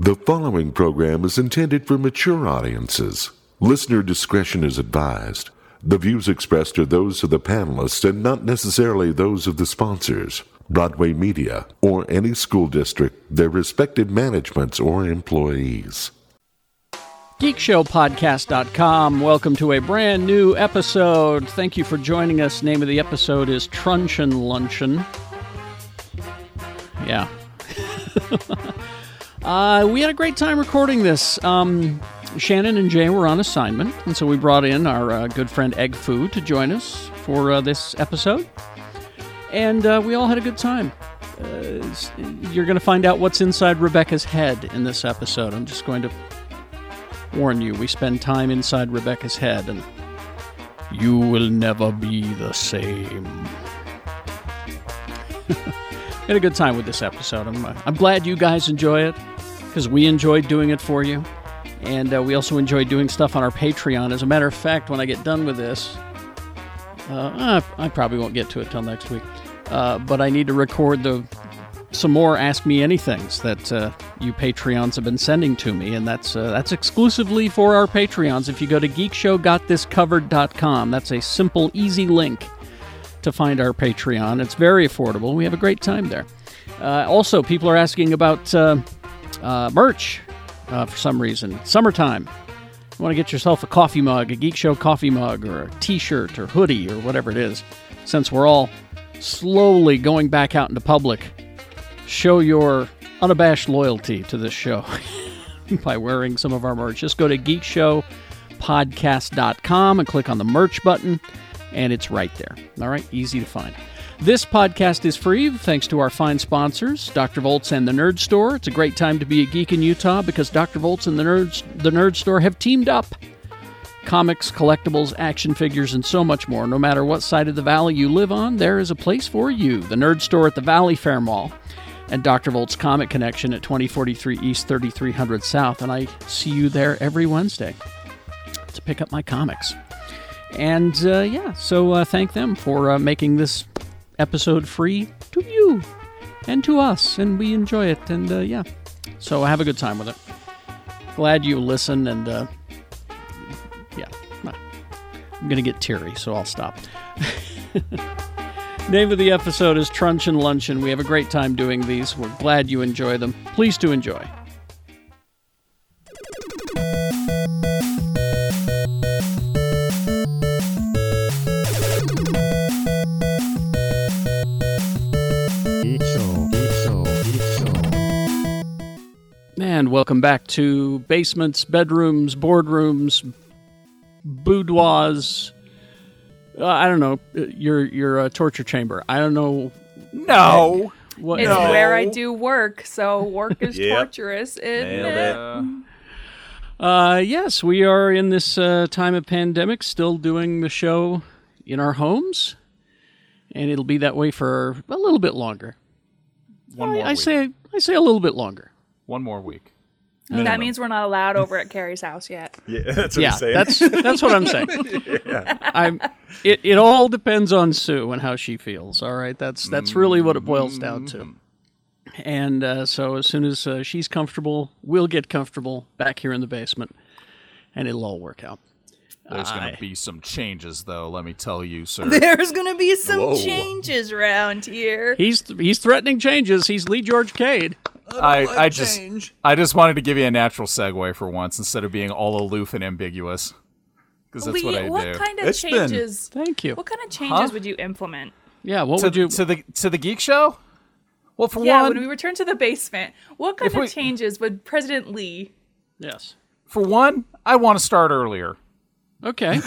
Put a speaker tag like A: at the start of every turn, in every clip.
A: The following program is intended for mature audiences. Listener discretion is advised. The views expressed are those of the panelists and not necessarily those of the sponsors, Broadway Media, or any school district, their respective managements, or employees.
B: GeekShowPodcast.com. Welcome to a brand new episode. Thank you for joining us. Name of the episode is Truncheon Luncheon. Yeah. uh, we had a great time recording this. Um, Shannon and Jay were on assignment, and so we brought in our uh, good friend Egg Foo to join us for uh, this episode. And uh, we all had a good time. Uh, s- you're going to find out what's inside Rebecca's head in this episode. I'm just going to warn you, we spend time inside Rebecca's head, and you will never be the same. had a good time with this episode. I'm, uh, I'm glad you guys enjoy it because we enjoyed doing it for you. And uh, we also enjoy doing stuff on our Patreon. As a matter of fact, when I get done with this, uh, I, I probably won't get to it till next week. Uh, but I need to record the some more Ask Me Anythings that uh, you Patreons have been sending to me, and that's uh, that's exclusively for our Patreons. If you go to geekshowgotthiscovered.com, that's a simple, easy link to find our Patreon. It's very affordable. We have a great time there. Uh, also, people are asking about uh, uh, merch uh, for some reason. Summertime. You want to get yourself a coffee mug, a Geek Show coffee mug, or a t shirt, or hoodie, or whatever it is. Since we're all slowly going back out into public, show your unabashed loyalty to this show by wearing some of our merch. Just go to geekshowpodcast.com and click on the merch button, and it's right there. All right, easy to find. This podcast is free thanks to our fine sponsors, Dr. Volts and the Nerd Store. It's a great time to be a geek in Utah because Dr. Volts and the Nerds, the Nerd Store have teamed up comics, collectibles, action figures, and so much more. No matter what side of the valley you live on, there is a place for you. The Nerd Store at the Valley Fair Mall and Dr. Volt's Comic Connection at 2043 East, 3300 South. And I see you there every Wednesday to pick up my comics. And uh, yeah, so uh, thank them for uh, making this episode free to you and to us. And we enjoy it. And uh, yeah, so have a good time with it. Glad you listen and. Uh, yeah. I'm going to get teary, so I'll stop. Name of the episode is Trunch and Luncheon. We have a great time doing these. We're glad you enjoy them. Please do enjoy. And welcome back to basements, bedrooms, boardrooms, boudoirs. Uh, I don't know your your uh, torture chamber. I don't know
C: No.
B: what.
D: It's
C: No.
D: where I do work, so work is
C: Yep.
D: torturous. isn't
C: Nailed
D: it?
B: Uh, yes, we are in this uh, time of pandemic, still doing the show in our homes, and it'll be that way for a little bit longer.
E: One
B: I,
E: more
B: I
E: week.
B: say I say a little bit longer.
E: One more week.
D: That means we're not allowed over at Carrie's house yet.
C: Yeah, that's what
B: yeah,
C: I'm saying.
B: that's that's what I'm saying. I'm. It, it all depends on Sue and how she feels. All right, that's that's really what it boils down to. And uh, so as soon as uh, she's comfortable, we'll get comfortable back here in the basement, and it'll all work out.
E: There's going to be some changes, though, let me tell you, sir.
D: There's gonna be some
C: Whoa.
D: changes around here.
B: He's he's threatening changes. He's Lee George Cade.
E: I, I just I just wanted to give you a natural segue for once instead of being all aloof and ambiguous. Because that's
D: Lee,
E: what I do.
D: kind of
C: It's been-
D: changes?
B: Thank you.
D: What kind of changes would you implement?
B: Yeah, what
E: to,
B: would you?
E: to the to the geek show? Well, for
D: Yeah,
E: one,
D: when we return to the basement, what kind
E: If
D: of
E: we-
D: changes would President Lee?
B: yes.
E: for one, I want to start earlier.
B: Okay.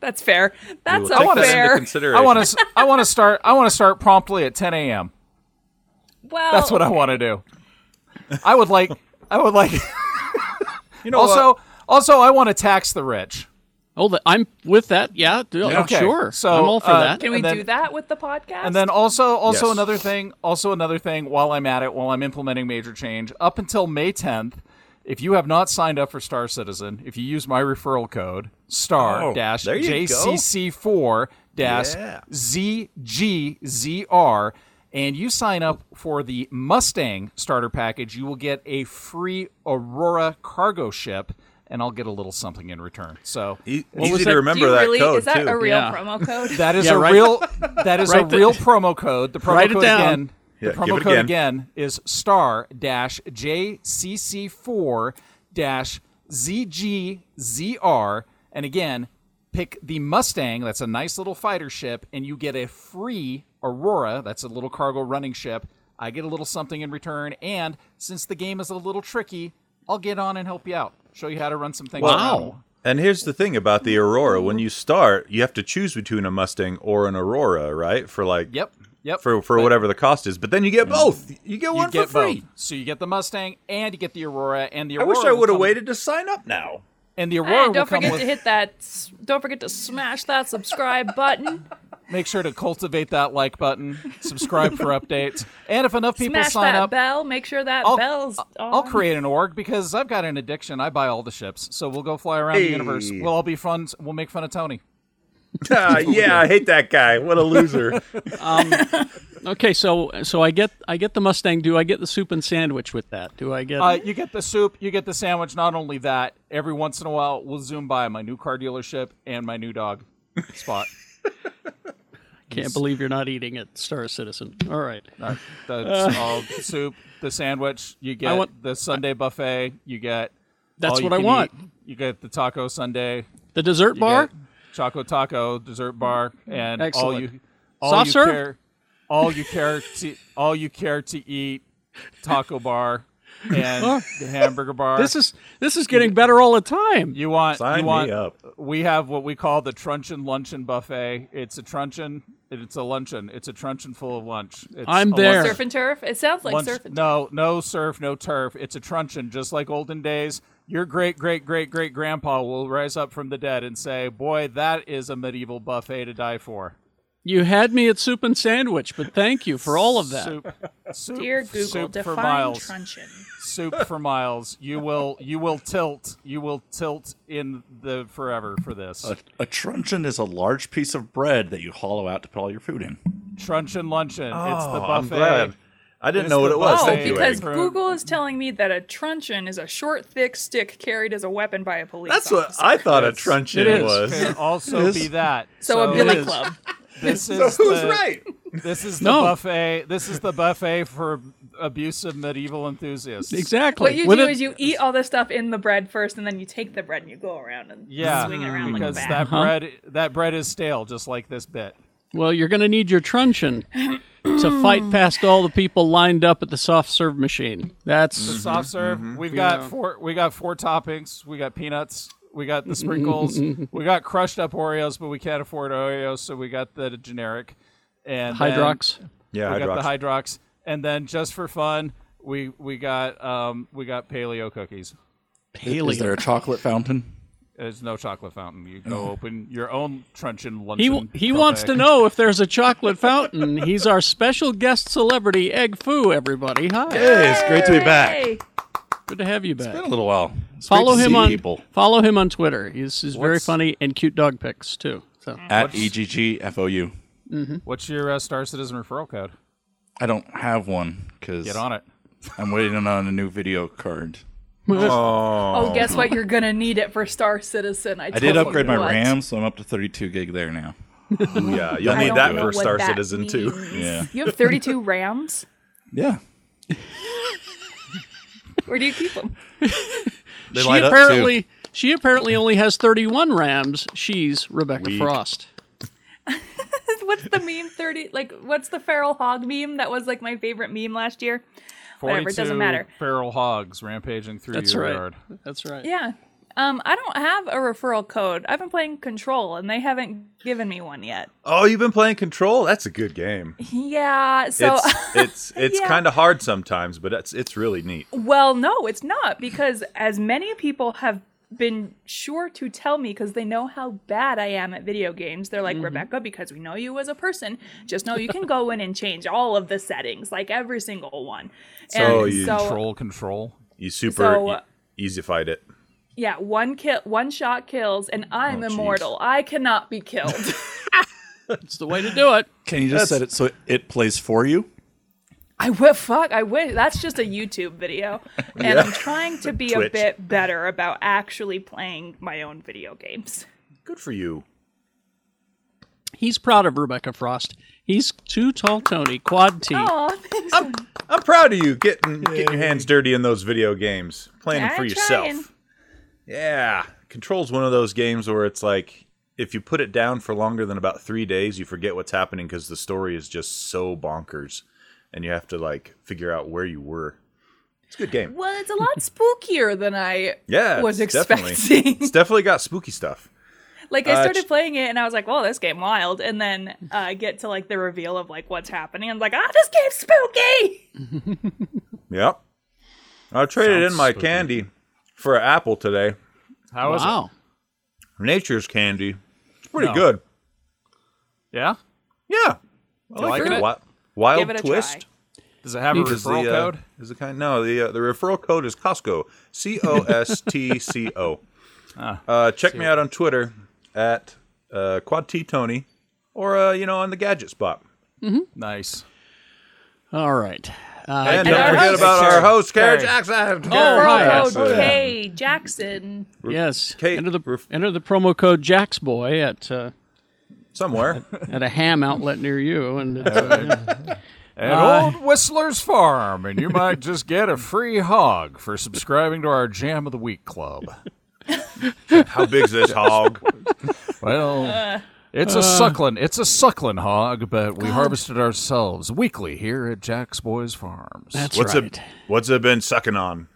D: That's fair. That's
C: Take
D: all
C: that into
D: fair.
C: consideration.
E: I want to I want to start I want to start promptly at 10 a.m.
D: Well,
E: That's what I want to do. I would like I would like
C: You know
E: also
C: what?
E: also I want to tax the rich.
B: Oh, the, I'm with that. Yeah. d-
E: Okay,
B: Sure.
E: so,
B: I'm all for
E: uh,
B: that.
D: can we
E: and then-
D: do that with the podcast?
E: And then also also
C: Yes.
E: another thing, also another thing while I'm at it, while I'm implementing major change, up until May 10th, if you have not signed up for Star Citizen, if you use my referral code star
C: Oh,
E: dash
C: there you go.
E: JCC4 dash
C: Yeah.
E: ZGZR and you sign up for the Mustang starter package, you will get a free Aurora cargo ship, and I'll get a little something in return. So
F: E-
B: was
F: easy
B: that?
F: to
D: Do
F: remember
D: you
F: that
D: really?
F: code
D: is that
F: too.
D: a real
B: Yeah.
D: promo code?
E: That is
B: Yeah,
E: a
B: write-
E: real that is a
B: Write the-
E: real promo code. The promo
B: Write it
E: code
B: down.
E: again.
F: Yeah,
E: the
F: give
E: promo
F: it
E: code
F: again.
E: again is star dash JCC four dash ZGZR. And again, pick the Mustang. That's a nice little fighter ship, and you get a free Aurora. That's a little cargo running ship. I get a little something in return, and since the game is a little tricky, I'll get on and help you out. Show you how to run some things. around.
F: And here's the thing about the Aurora: when you start, you have to choose between a Mustang or an Aurora, right? For like,
E: Yep. Yep. Mm.
F: for for whatever the cost is. But then you get both. You get one
E: you get
F: for free.
E: both. So you get the Mustang and you get the Aurora and the
F: I
E: Aurora.
F: wish I
E: will
F: would have
E: come-
F: waited to sign up now.
E: And the Aurora
D: And Ah,
E: will
D: don't
E: come
D: forget
E: with.
D: to hit that. s- Don't forget to smash that subscribe button.
E: Make sure to cultivate that like button. Subscribe for updates. And if enough people
D: smash
E: sign
D: that
E: up,
D: bell. Make sure that
E: I'll,
D: bell's on.
E: I'll create an org because I've got an addiction. I buy all the ships, so we'll go fly around the universe.
F: Hey.
E: We'll all be fun. We'll make fun of Tony.
F: Ah, yeah, I hate that guy. What a loser.
B: Okay, so so I get I get the Mustang. Do I get the soup and sandwich with that? Do I get?
E: Uh, you get the soup, you get the sandwich. Not only that, every once in a while, we'll zoom by my new car dealership and my new dog spot.
B: can't believe you're not eating it, Star Citizen. All right.
E: That's all the soup, the sandwich. You get
B: Uh, want-
E: the Sunday buffet. You get
B: That's
E: all you
B: what I
E: can
B: want.
E: eat. You get the taco Sunday
B: The dessert bar.
E: choco taco dessert bar, and all
B: Excellent.
E: you all
B: Soft
E: you
B: serve?
E: care all you care to all you care to eat taco bar and the hamburger bar.
B: This is this is getting better all the time.
E: you want
F: Sign
E: you want
F: me up.
E: we have what we call the truncheon luncheon buffet. It's a truncheon. It's a luncheon. It's a truncheon full of lunch. It's
B: I'm
E: a
B: there.
E: luncheon
D: surf and turf. It sounds like
E: Lunch-
D: surf and turf.
E: no, no surf, no turf. It's a truncheon, just like olden days. Your great great great great grandpa will rise up from the dead and say, "Boy, that is a medieval buffet to die for."
B: You had me at soup and sandwich, but thank you for all of that.
E: Soup, soup,
D: Dear Google,
E: soup for
D: define
E: miles.
D: truncheon.
E: soup for miles. You will you will tilt. You will tilt in the forever for this.
F: Uh,
G: A, a truncheon is a large piece of bread that you hollow out to put all your food in.
E: truncheon luncheon. it's the buffet.
F: oh, I'm glad. I didn't
E: It's
F: know what
E: the
F: it was.
E: buffet.
D: Oh,
F: Thank you,
D: because
F: Eric.
E: Eric.
D: Google is telling me that a truncheon is a short, thick stick carried as a weapon by a police
F: That's
D: officer.
F: what I thought a
E: It
F: truncheon
E: is.
F: was.
E: Could also be that.
D: So a
E: it
D: billy
E: is-
D: club.
E: This is
F: Who's
E: the-
F: right?
E: This is the
B: No.
E: buffet. This is the buffet for abusive medieval enthusiasts.
B: Exactly.
D: What you
B: With
D: do
B: it-
D: is you eat all the stuff in the bread first, and then you take the bread and you go around and
E: Yeah,
D: swing it around like a
E: because
D: bat.
E: that bread that bread is stale, just like this bit.
B: Well, you're going to need your truncheon to fight past all the people lined up at the soft serve machine. That's
E: Soft serve. We've got four. We got four toppings. We got peanuts. We got the sprinkles. we got crushed up Oreos, but we can't afford Oreos, so we got the generic. And then
B: Hydrox.
F: Yeah,
E: we got
F: Hydrox.
E: the Hydrox, and then just for fun, we we got um we got paleo cookies.
G: Is there a chocolate fountain?
E: There's no chocolate fountain. You go open your own truncheon
B: He,
E: luncheon.
B: he wants to
E: buffet.
B: know if there's a chocolate fountain. He's our special guest celebrity, Egg Foo, everybody. Hi.
G: Hey, it's great to be back.
D: Hey,
B: Good to have you back.
G: Been a little while. It's great
B: Follow
G: to
B: him
G: see
B: on
G: people
B: follow him on Twitter. He's, he's very
E: What's-
B: funny and cute dog pics too. So
G: at E eggfou.
E: What's your uh, Star Citizen referral code?
G: I don't have one because
E: Get on it.
G: I'm waiting on a new video card.
D: oh, guess what? You're gonna need it for Star Citizen. I,
G: I did
D: told
G: upgrade
D: you
G: my
D: what.
G: RAM, so I'm up to 32 gig there now.
F: Yeah, you'll
D: I
F: need
D: don't
F: that
D: know
F: for
D: what
F: Star
D: that
F: Citizen too.
D: means.
G: Yeah.
D: You have 32 RAMs.
G: Yeah.
D: Where do you keep them?
G: They
B: she
G: light up, too.
B: apparently she apparently only has 31 Rams. She's Rebecca Frost.
D: What's the meme? 30? Like, what's the feral hog meme that was like my favorite meme last year? Whatever, it doesn't
E: 42
D: matter.
E: Feral hogs rampaging through
B: That's
E: your
B: right.
E: yard.
B: That's right.
D: Yeah. Um, I don't have a referral code. I've been playing Control, and they haven't given me one yet.
F: Oh, you've been playing Control. That's a good game.
D: Yeah. So.
F: it's it's it's
D: Yeah.
F: kind of hard sometimes, but it's it's really neat.
D: Well, no, it's not because as many people have been sure to tell me because they know how bad I am at video games. They're
F: Mm-hmm.
D: like, Rebecca, because we know you as a person, just know you can go in and change all of the settings, like every single one.
F: So you
E: Control, control.
F: You super
D: So, uh,
F: e- easy fight it.
D: yeah, one kill, one shot kills, and I'm immortal. I cannot be killed.
B: It's the way to do it.
G: Can you just set it so it plays for you?
D: I wish, fuck, I wish. That's just a YouTube video. And I'm trying to be a
F: Twitch.
D: bit better about actually playing my own video games.
F: Good for you.
B: He's proud of Rebecca Frost. He's too tall, Tony. Quad T.
D: Oh,
F: I'm proud of you getting getting your hands dirty in those video games, playing them
D: I'm
F: for yourself.
D: trying.
F: Yeah, Control's one of those games where it's like if you put it down for longer than about three days, you forget what's happening because the story is just so bonkers, and you have to like figure out where you were. It's a good game.
D: Well, it's a lot spookier than I
F: Yeah,
D: was
F: it's definitely-
D: expecting.
F: it's definitely got spooky stuff.
D: Like I
F: Uh,
D: started
F: ch-
D: playing it and I was like, "Whoa, this game wild!" And then uh, I get to like the reveal of like what's happening. I'm like, "Ah, this game's spooky."
F: Yep. I traded
G: Sounds
F: in my
G: spooky.
F: candy for an apple today.
E: How is
B: wow.
F: Nature's candy. It's pretty
E: No.
F: good.
E: it? Yeah.
F: Yeah. I
E: like it?
F: Wi- Wild
D: Give it a
F: twist.
D: try.
E: Does it have a
F: Is the,
E: referral
F: uh,
E: code?
F: Is the kind? No, the uh, the referral code is Costco. C O S T C O.
E: Ah.
F: Uh, Check me out on Twitter at uh, Quad T Tony, or uh, you know on the Gadget Spot.
E: Nice.
B: All right.
F: and
D: and
F: don't
D: Uh, our
F: forget
D: host-
F: about our
E: Carrie.
F: host, Kara
E: Carrie.
F: Jackson.
B: Oh, hi.
D: Oh,
F: Jackson.
D: okay, Jackson.
B: Yes.
F: Kate,
B: enter the
F: ref-
B: enter the promo code Jacksboy at uh,
F: Somewhere.
B: at a ham outlet near you, and it's, uh,
E: At Old Whistler's Farm, and you might just get a free hog for subscribing to our Jam of the Week Club.
F: How big's this hog?
D: Uh.
E: Well, it's
B: Uh.
E: a suckling, it's a suckling hog, but we harvest it ourselves weekly here at Jack's Boys Farms.
B: that's
F: What's
B: right.
F: it? What's it been sucking on?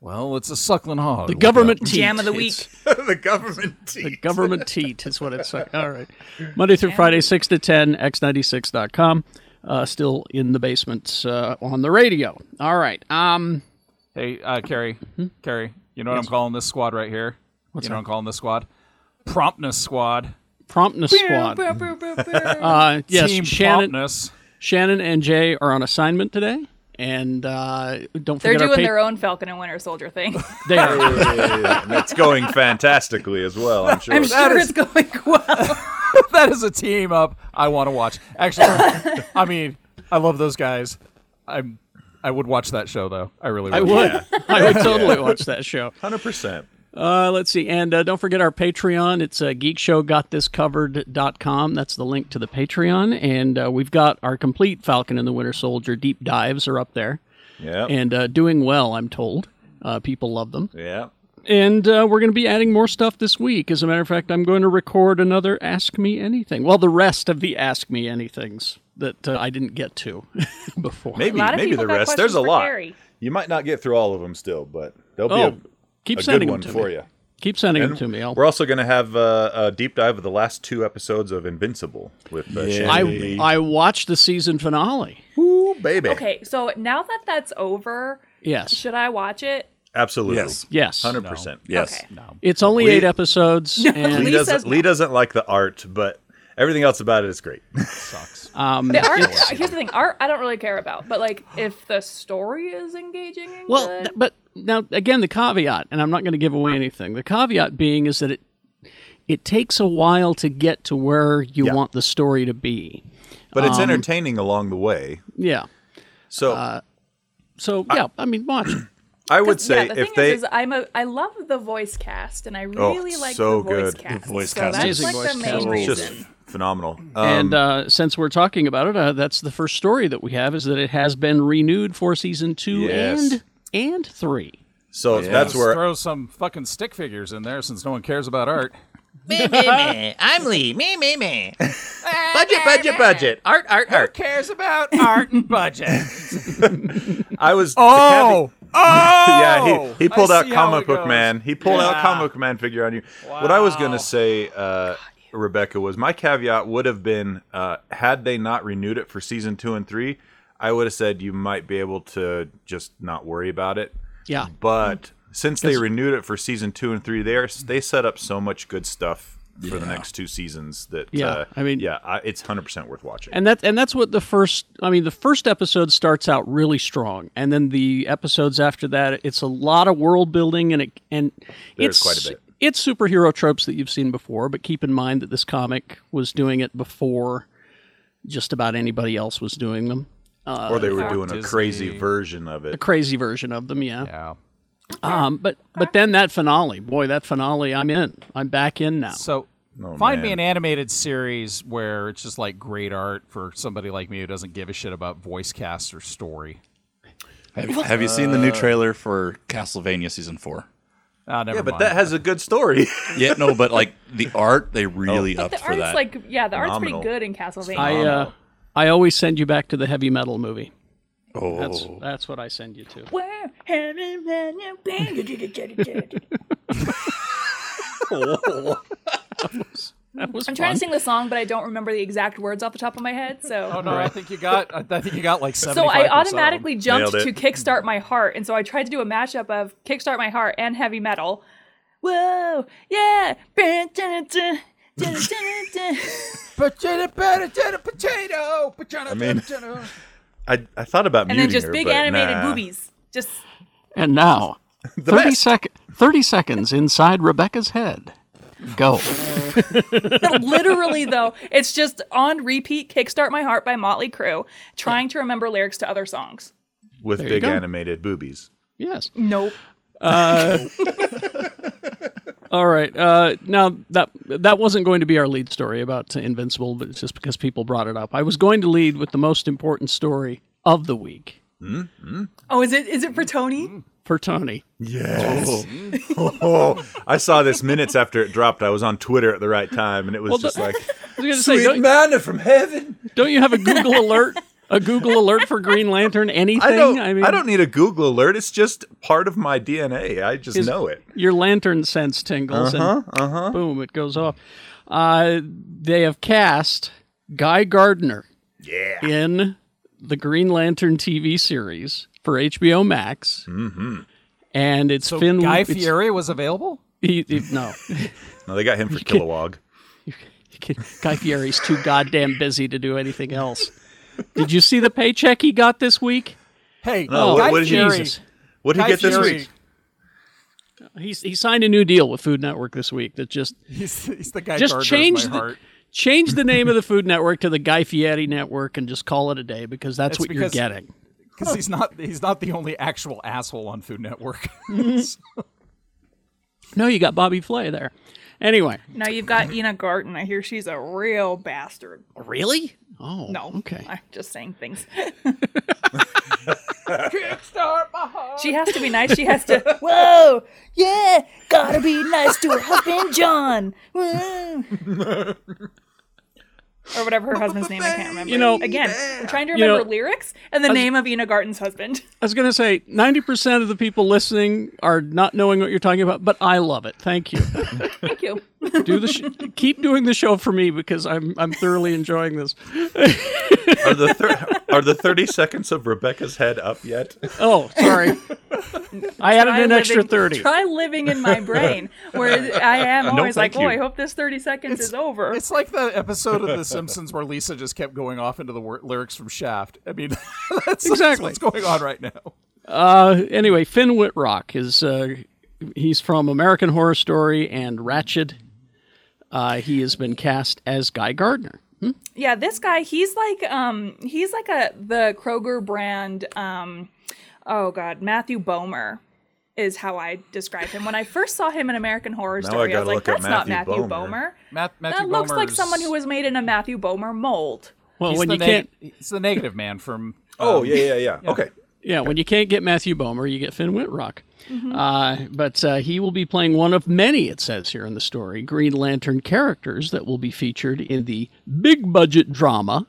E: well, it's a suckling hog.
B: The government teat.
D: Jam of the week.
B: It's-
F: the government
B: The government teat is what it's like. All right. Monday through Friday, 6 to 10, x96.com. Uh, still in the basement uh, on the radio. All right. Um,
E: Hey, uh, Carrie,
B: Hmm?
E: Carrie, you know what I'm calling this squad right here? you know what I'm calling this squad? Promptness Squad.
B: promptness squad.
D: Brr, brr, brr, brr.
B: Uh, yes,
E: Team
B: Shannon.
E: Promptness.
B: Shannon and Jay are on assignment today, and uh, don't
D: They're
B: forget
D: doing
B: our pa-
D: their own Falcon and Winter Soldier thing.
B: They are.
F: It's going fantastically as well. I'm sure.
D: I'm sure it's going well.
E: that is a team up I want to watch. Actually, I mean, I love those guys. I'm I would watch that show though. I really would.
B: I would. I would totally watch that show.
F: Hundred percent.
B: Uh, let's see. And uh, don't forget our Patreon. It's uh, geekshowgotthiscovered.com. That's the link to the Patreon. And uh, we've got our complete Falcon and the Winter Soldier deep dives are up there
F: Yeah.
B: and uh, doing well, I'm told. Uh, people love them.
F: yeah.
B: And uh, we're going to be adding more stuff this week. As a matter of fact, I'm going to record another Ask Me Anything. Well, the rest of the Ask Me Anythings that uh, I didn't get to before.
F: Maybe
D: lot of
F: maybe
D: people
F: the
D: got
F: rest. There's
D: questions
F: a
D: for
F: lot.
D: Carrie.
F: You might not get through all of them still, but there'll
B: Oh,
F: be
B: keep
F: a, a good
B: sending
F: one
B: them to
F: for
B: me.
F: you.
B: Keep sending them
F: And
B: to me. I'll,
F: We're also going to have uh, a deep dive of the last two episodes of Invincible with uh,
B: I, I watched the season finale.
F: Ooh, Oh, baby.
D: Okay, so now that that's over,
B: Yes.
D: should I watch it?
F: Absolutely.
G: Yes.
B: Yes.
F: Hundred percent.
G: Yes.
D: Okay.
B: It's only
F: Lee-
B: eight episodes, and
F: Lee
D: Lee says
F: doesn't.
D: no.
F: Lee doesn't like the art, but everything else about it is great.
D: The art. Here's the thing. Art, I don't really care about, but like, if the story is engaging and
B: well,
D: good,
B: th- but now again, the caveat, and I'm not going to give away anything. The caveat being is that it it takes a while to get to where you
F: Yeah.
B: want the story to be.
F: But it's entertaining along the way.
B: Yeah.
F: So
E: Uh,
B: So yeah, I, mean, watch.
F: Um,
B: it.
F: I would
D: 'Cause,
F: say
D: yeah, the
F: if
D: thing
F: they
D: is, is I'm a I love the voice cast and I really
F: it's
D: like the
F: so
D: voice
F: good. The
D: cast.
G: voice
D: so
G: cast
D: that's
B: is-
D: like
B: Amazing
D: the
B: voice
D: main
B: cast.
F: it's
D: reason.
F: just phenomenal. Um,
B: and uh, since we're talking about it, uh, that's the first story that we have is that it has been renewed for season two
F: Yes.
B: and and three.
F: so that's
E: Just
F: where
E: throw some fucking stick figures in there since no one cares about art.
H: me, me, me. I'm Lee. Me, me, me. budget, budget, budget. Art, art, art.
E: Cares about art and budget.
F: I was. the caveat-
E: oh, oh,
F: yeah, he, he pulled
E: I
F: out
E: see how
F: comic
E: it
F: book
E: goes.
F: man. He pulled out
E: Yeah.
F: comic book man figure on you. What I was gonna say, uh, Rebecca, was my caveat would have been uh, had they not renewed it for season two and three, I would have said you might be able to just not worry about it.
B: Yeah.
F: But since they renewed it for season two and three, they are they set up so much good stuff for the next two seasons that
B: Yeah,
F: uh,
B: I mean-
F: yeah, I, it's hundred percent worth watching.
B: And that and that's what the first I mean the first episode starts out really strong and then the episodes after that it's a lot of world building and it and
F: There's
B: it's
F: quite a bit.
B: it's superhero tropes that you've seen before but keep in mind that this comic was doing it before just about anybody else was doing them.
F: or they were
D: Fuck
F: doing a
E: Disney.
F: crazy version of it.
B: Crazy version of them, yeah.
E: Yeah.
B: Um, but but then that finale, boy, that finale, I'm in. I'm back in now.
E: So
B: Oh,
E: find me
F: Oh,
E: an
F: man.
E: animated series where it's just like great art for somebody like me who doesn't give a shit about voice cast or story.
G: Have, have you seen the new trailer for Castlevania season four?
E: Oh, never
F: Yeah, but
E: mind.
F: that has a good story.
G: Yeah, no, but like the art, they really
D: But
G: upped
D: the
G: for
D: art's
G: that.
D: like, yeah, the art's pretty
F: Phenomenal.
D: good in Castlevania.
B: I uh, I always send you back to the heavy metal movie.
G: oh,
B: That's that's what I send you to.
D: Where have you been? You've been-
B: That was
D: I'm trying
B: fun.
D: to sing the song, but I don't remember the exact words off the top of my head. So,
E: Oh no, I think you got. I I think you got like seventy.
D: so I automatically jumped
F: Nailed
D: to
F: it.
D: Kickstart My Heart, and so I tried to do a mashup of Kickstart My Heart and heavy metal. Whoa, yeah.
E: Potato, potato, potato, potato. I
F: mean- I, I thought about
D: and
F: muting
D: then just
F: her,
D: big
F: but
D: animated
F: nah.
D: boobies. Just
B: And now, 30,
F: best.
B: sec- 30 seconds inside Rebecca's head. Go.
D: literally though, it's just on repeat Kickstart My Heart by Motley Crue, trying to remember lyrics to other songs.
F: with
B: you
F: big
B: go.
F: animated boobies.
B: yes. Uh,
D: Nope.
B: All right. Uh, now that that wasn't going to be our lead story about Invincible, but it's just because people brought it up. I was going to lead with the most important story of the week
D: Oh, is it is it for Tony?
B: for Tony.
F: Yes. Oh, I saw this minutes after it dropped. I was on Twitter at the right time, and it was
B: Well,
F: just
B: the-
F: like,
B: I was going to say, don't,
F: manna from heaven.
B: don't you have a Google alert? A Google alert for Green Lantern? Anything?
F: I don't. I, don't need a Google alert. It's just part of my DNA. I just know it.
B: your lantern sense tingles
F: Uh-huh,
B: and boom it goes off uh, they have cast guy gardner
F: Yeah.
B: in the green lantern tv series for hbo max mm-hmm. and it's
E: So
B: finn
E: Guy
B: it's-
E: Fieri was available.
B: he- he- no
F: No, they got him for Kilowog.
B: guy fieri's too goddamn busy to do anything else did you see the paycheck he got this week
E: Hey,
F: No,
E: Guy
F: Uh, what- what did he-
E: Fieri.
B: Jesus.
F: What did he
E: Guy
F: get this
E: Fieri.
F: week?
B: He's, he signed a new deal with food network this week that just
E: He's, he's the guy.
B: just
E: Gardner of
B: change
E: my
B: the
E: heart.
B: change the name of the food network to the Guy Fieri network and just call it a day because that's
E: That's
B: what
E: because-
B: you're getting.
E: because he's not he's not the only actual asshole on Food Network.
B: No, you got Bobby Flay there. Anyway,
D: Now you've got Ina Garten. I hear she's a real bastard.
B: really? Oh,
D: No.
B: Okay.
D: I'm just saying things. Kickstart my heart. She has to be nice. She has to. Whoa! Yeah! Gotta be nice to her husband, John! Woo. or whatever her husband's name, I can't remember.
B: You know-
D: Again, I'm trying to
B: You know-
D: remember lyrics and the name of Ina Garten's husband.
B: I was gonna say ninety percent of the people listening are not knowing what you're talking about, but I love it. Thank you.
D: Thank you.
B: Do the sh- keep doing the show for me because I'm I'm thoroughly enjoying this.
F: Are the thir- are the thirty seconds of Rebecca's head up yet?
B: Oh, sorry. I added
D: Try
B: an extra
D: living-
B: thirty.
D: Try living in my brain, where I am always like,
G: thank
D: "Oh,
G: you."
D: I hope this thirty seconds is over."
E: it's like the episode of The Simpsons where Lisa just kept going off into the wor- lyrics from Shaft. I mean, that's- that's
B: Exactly.
E: what's going on right now.
B: Uh, anyway, Finn Whitrock is uh, he's from American Horror Story and Ratchet. Uh, he has been cast as Guy Gardner.
D: Yeah, this guy, he's like um he's like a the Kroger brand um oh god, Matthew Bomer is how I describe him. When I first saw him in American Horror
F: Now I
D: Story, I,
F: gotta
D: was like,
F: look up
D: that's not Matthew
F: Matthew Bomer.
D: Bomer.
E: Matt, Matthew
D: That looks like
E: Bomer's-
D: someone who was made in a Matthew Bomer mold.
B: Well,
E: he's
B: when
E: the
B: you
E: neg-
B: can't,
E: He's the negative man from.
F: Oh yeah, yeah, yeah. Okay.
B: yeah, when you can't get Matthew Bomer, you get Finn Whitrock. Uh, but uh, he will be playing one of many, it says here in the story, Green Lantern characters that will be featured in the big budget drama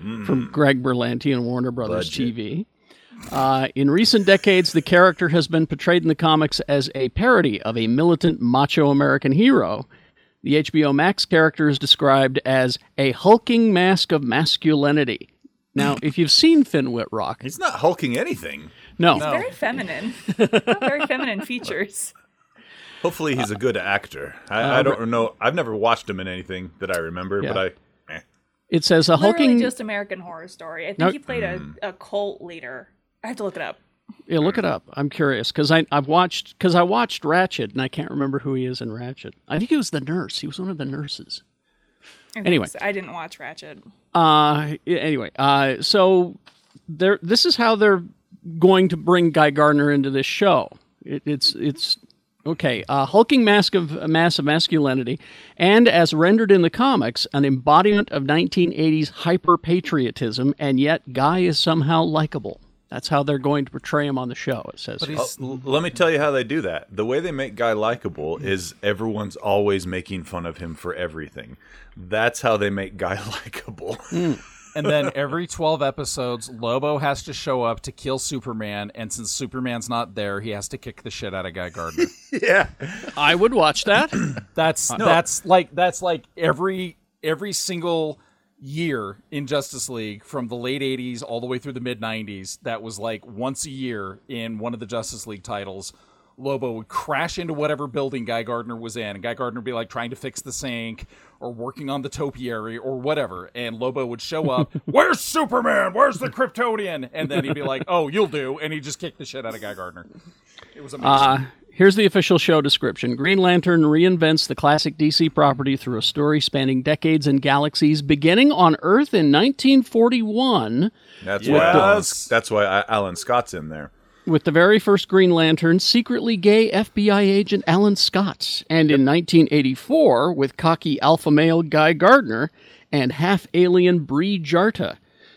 B: from Greg Berlanti and Warner Brothers TV. Uh, in recent decades, the character has been portrayed in the comics as a parody of a militant macho American hero. The HBO Max character is described as a hulking mask of masculinity. Now, if you've seen Finn Whitrock,
F: He's not hulking anything.
B: no,
D: Very feminine. Not very feminine features.
F: Hopefully, he's a good actor. I, I don't know. I've never watched him in anything that I remember, but I. eh.
B: it says a hulking.
D: Literally just American Horror Story. I think
B: Nope.
D: he played
F: Hmm.
D: a, a cult leader. I have to look it up.
B: Yeah, look it up. I'm curious because I I've watched because I watched Ratchet and I can't remember who he is in Ratchet. I think he was the nurse. He was one of the nurses.
D: I think
B: Anyway.
D: so. I didn't watch Ratchet.
B: Uh, anyway, uh, so they're this is how they're going to bring Guy Gardner into this show. It, it's it's okay. Uh, hulking mask of mass of masculinity, and as rendered in the comics, an embodiment of 1980s hyper patriotism, and yet Guy is somehow likable. That's how they're going to portray him on the show. It says.
E: But
B: here.
E: he's
F: L- Let me tell you how they do that. The way they make Guy likable is everyone's always making fun of him for everything. That's how they make Guy likable.
E: and then every 12 episodes Lobo has to show up to kill Superman and since Superman's not there, he has to kick the shit out of Guy Gardner.
F: yeah.
B: I would watch that.
E: That's that's like that's like every every single year in Justice League from the late 80s all the way through the mid 90s that was like once a year in one of the Justice League titles Lobo would crash into whatever building Guy Gardner was in and Guy Gardner would be like trying to fix the sink or working on the topiary or whatever and Lobo would show up where's Superman where's the Kryptonian and then he'd be like oh you'll do and he'd just kick the shit out of Guy Gardner it was amazing
B: Uh, here's the official show description Green Lantern reinvents the classic DC property through a story spanning decades and galaxies, beginning on Earth in 1941
F: That's why Alan, that's why I- Alan Scott's in there.
B: with the very first Green Lantern, secretly gay FBI agent Alan Scott, and in 1984 with cocky alpha male Guy Gardner and half alien Bree Jarta.